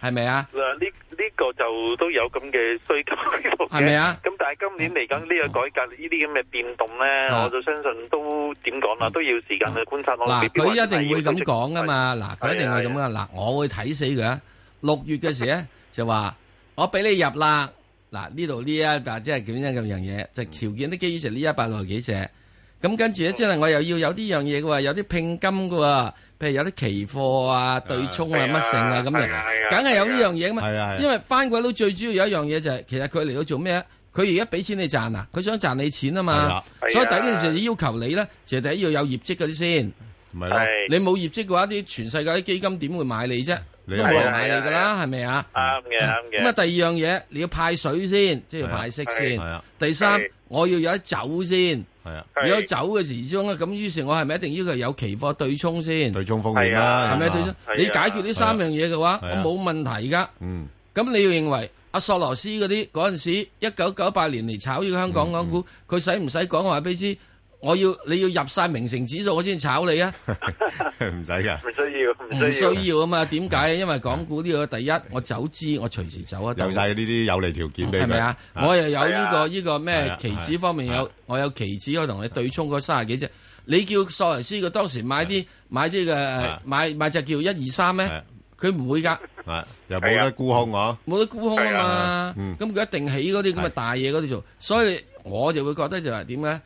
係咪啊？
嗱，呢呢個就都有咁嘅需求喺度嘅
係咪啊？
咁但係今年嚟講呢個改革呢啲咁嘅變動咧，
啊
我就相信都點講啦，都要時間去觀察咯。
嗱，
未必
佢
話
一定會
真係要啊
咁講噶嘛，嗱，佢一定會咁噶，嗱，我會睇死佢啊。六月嘅時咧就話我俾你入啦，嗱呢度呢一嗱即係點樣咁樣嘢，就條件都基於成呢一百六十幾隻，咁跟住咧即係我又要有啲樣嘢嘅喎，有啲拼金嘅喎，譬如有啲期貨啊、對沖啊、
係啊
乜性啊咁
係啊係
樣，
啊
梗係有呢樣嘢噶
係啊係
嘛，
啊
因為翻鬼佬最主要有一樣嘢就係其實佢嚟到做咩啊？佢而家俾錢你賺啊，佢想賺你錢啊
係
嘛
啊，
所以第一件事要求你咧，就第一要有業績嗰啲先。
唔係咯係
你冇業績嘅話，啲全世界啲基金點會買你啫？都
你
冇人
係啊
買你噶啦，係咪啊？
啱嘅啱嘅
咁啊，第二樣嘢你要派水先，即係要派息
係
先
啊。
第三，我要有得走先。
係啊，
如果走嘅時鐘咧，咁於是我係咪一定要求有期貨對沖先？對
沖風險啦
係咪
係啊
對沖
係啊？
你解決呢三樣嘢嘅話，
係啊
我冇問題噶。
嗯，
咁你要認為阿索羅斯嗰啲嗰陣時，一九九八年嚟炒呢個香港港
嗯
股，佢使唔使講話俾你知？我要你要入晒明成指數，我先炒 你啊！
唔使㗎，
唔需要唔
唔
需要
需要啊嘛？點解？因為港股呢個第一，我走資，我隨時走得到
有。晒呢啲有利條件俾佢
係咪啊？我又有呢個
係啊
呢個
係
咩
啊
期
係
指
啊
方面有，我有期指可以同你對沖嗰三十幾隻。你叫索羅斯佢當時買啲買啲嘅買買隻叫一二三咩？佢唔會㗎，
啊，又冇得沽空我。
冇得沽空啊
係啊
嘛。
嗯
咁佢一定起嗰啲咁嘅大嘢嗰度做，所以我就會覺得就係點咧？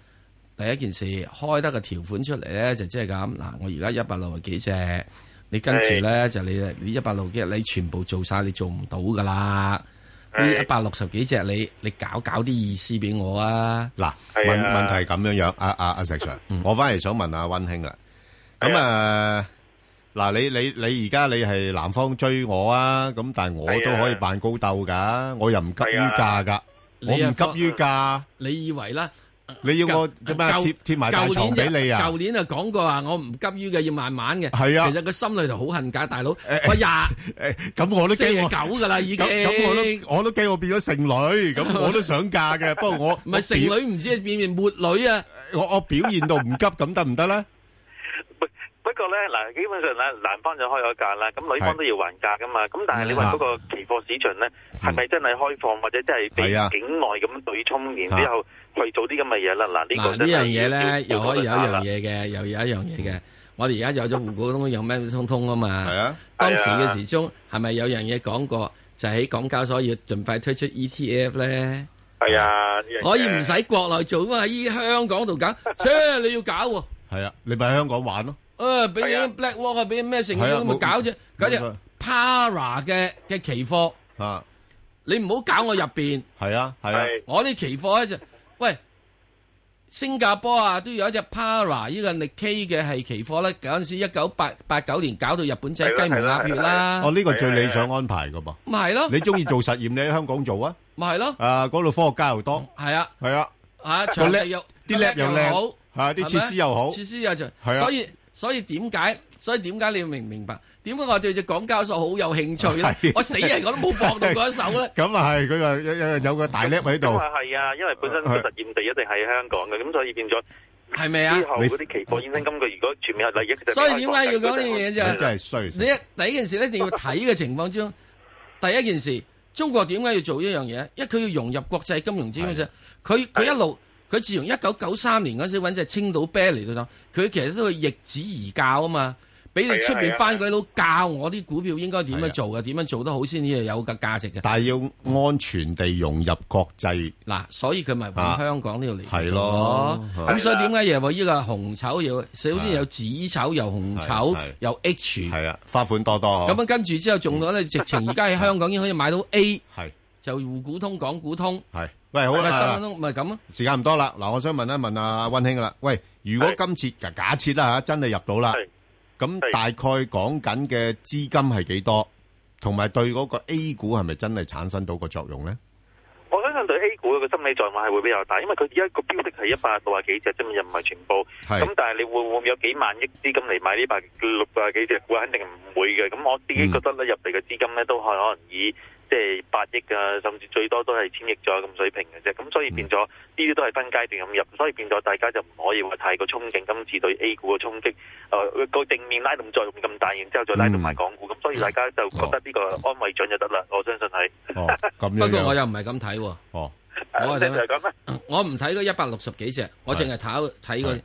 第一件事開得個條款出嚟咧，就即係咁嗱，我而家一百六十幾隻，你跟住咧就你你一百六十幾隻，你全部做晒，你做唔到噶啦。呢一
係
百六十幾隻，你你搞搞啲意思俾我啊！
嗱，問問題係咁樣樣，阿阿阿石 Sir，我翻嚟想問阿温兄啦。咁啊，嗱，你你你而家你係南方追我啊，咁但係我
係
都
啊
可以扮高鬥㗎，我又唔急於價㗎，我
你啊
唔急於價。
你以為啦？
你要我做咩啊
舊
貼貼埋大
舊
床俾你啊
年就舊年就講過話，我唔急於嘅，要慢慢嘅。
係啊
其實佢心裏頭好恨㗎，大佬，我廿
咁我都
四
驚
廿
我
九㗎啦，已經。
咁咁我都我都驚我變咗剩女， 咁我都想嫁嘅。不過我
唔係剩女，唔知係變成末女啊！
我我表現到唔急，咁得唔得咧？
不過咧，嗱，基本上咧，男方就開咗價啦，咁女方
係
都要還價噶嘛。咁但
嗯
係你話嗰個期貨市場咧，係咪真係開放或者真係俾
係啊
境外咁對沖，然之後去做啲咁嘅嘢啦？嗱，呢
嗱
個
呢
真係
樣嘢咧，
要
又可以有一
要
樣嘢嘅，又有一樣嘢嘅。我哋而家有咗滬股通，有咩通通啊嘛。係
啊，
當時
係
嘅
啊
時鐘係咪有樣嘢講過，就喺港交所要盡快推出 E ETF 咧？
係啊，呢樣嘢
可以唔使國內做啊嘛，喺香港度 搞，切你要搞喎，
係啊，你咪喺香港玩咯。
誒俾啲 black wall 啊，俾啲咩成
係
咁
啊
咪
冇
搞啫，搞隻 para 嘅嘅期貨
啊，
你唔好搞我入邊。
係啊，係啊，
我啲期貨咧就，喂，新加坡啊都有一隻 Para 呢個力 K 嘅係期貨咧，嗰陣時一九八八九年搞到日本仔雞毛鴨血啦。
哦，呢個最理想安排噶噃。
咪係咯
你中意做實驗，你喺香港做啊。
咪係咯。
啊，嗰度科學家又多。
係啊，
係啊。
啊，
個
場
lab-
地又
啲
個
lab 又靚
好，
啊啲
係
設
咪
施又好
設施又就
係啊
所以所以點解？所以點解你明唔明白？點解我對只港交所好有興趣咧
係？
我死人我都冇搏到嗰一手咧。
咁啊係，佢話有有有個大 lab 喺
咁
度。
啊係啊，因為本身個實驗地一定喺香港嘅，咁所以變咗
係咪啊
之後嗰啲期貨衍生金佢如果全面係利益，其實
所以點解要講呢樣嘢就係
你真係衰
你一第一件事一定要睇嘅情況之中，第一件事，中國點解要做呢樣嘢？因為佢要融入國際金融之中啫。佢佢一路佢自從一九九三年嗰陣時揾只青島啤嚟到講，佢其實都係逆子而教啊嘛。俾你出
係啊係
邊
啊
翻鬼佬教我啲股票應該點樣做嘅，點樣做得好先至有個價值嘅。
但系要安全地融入國際。
嗱，所以佢咪
啊
揾香港呢度嚟
係
做
咯
咯，
係啦啊
咁所以點解又話呢個紅籌又首先有紫籌又紅籌又 H，
係啊，花款多多。
咁樣跟住之後仲 有咧，直情而家喺香港已經可以買到 A，就滬股通、港股通，
系喂好啊
咪
啦
深港通咪咁咯。啊
時間唔多啦，嗱，我想問一問阿温兄啦，喂，如果今次假假設啦吓，真係入到啦，咁大概講緊嘅資金係幾多，同埋對嗰個 A 股係咪真係產生到個作用咧？
我相信對 A 股嘅心理作用係會比較大，因為佢而家個標的係一百六啊幾隻啫嘛，又唔係全部。
係
咁但係你會唔會有幾萬億資金嚟買呢百六啊幾隻股？肯定唔會嘅。咁我自己覺得咧，入嚟嘅資金咧都係可能以即係八億啊，甚至最多都係千億左右咁水平嘅啫。咁所以
嗯
變咗呢啲都係分階段咁入，所以變咗大家就唔可以話太過憧憬今次對 A 股嘅衝擊，誒、呃、個正面拉動作用咁大，然之後再拉動
嗯
埋港股。咁、所以大家就覺得呢個安慰獎就得啦，我相信係。
哦，咁
不過我又唔係咁睇喎。
哦，
我係
即係
咁我唔睇嗰一百六十幾隻，我淨係睇睇嗰。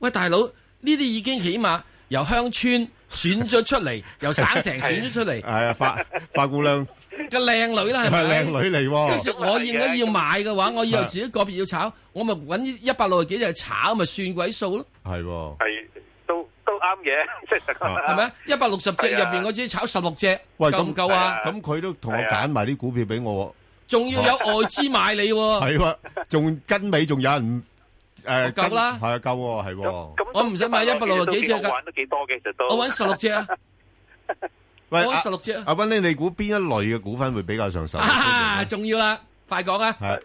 喂，大佬，呢啲已經起碼由鄉村選咗出 嚟，由省城選咗出嚟
係啊，花花姑娘
嘅靚女啦，係咪？
係靚女嚟喎
即係我應該要買嘅話，我以後自己個別要炒，我咪揾一百六十幾隻炒，咪算鬼數咯，
係喎，
係都都啱嘅，即係
係咪？一百六十隻入邊，我只炒十六隻，
喂，
夠唔夠啊？
咁佢都同我揀埋啲股票俾我
仲要有外資買你
喎，
喎，
係喎，仲跟尾仲有人誒
夠啦
跟係啊，夠喎，係喎。
我唔使買一百六十幾隻㗎，
玩得幾多嘅其實都。
我揾十六隻啊，
喂，
我
阿
揾十六隻
阿温呢，你估邊一類嘅股份會比較上手？
啊，重要啦，快講啊！
係
誒、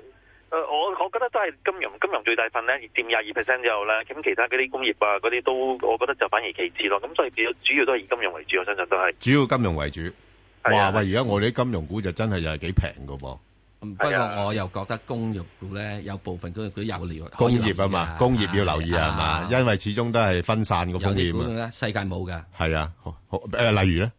呃我我覺得都係金融，金融最大份咧，佔廿二 percent 之後咧，咁其他嗰啲工業啊，嗰啲都，我覺得就反而其次咯。咁所以主要主要都係以金融為主，我相信都係。
主要金融為主。哇喂，而家我哋啲金融股就真係又係幾平噶噃，
不過我又覺得工業股咧有部分工業股有料，可
工
以
業啊嘛，工業要留意啊係嘛，因為始終都係分散個風
有啲股
險啊。
咧世界冇㗎。
係啊，好好誒，例如咧，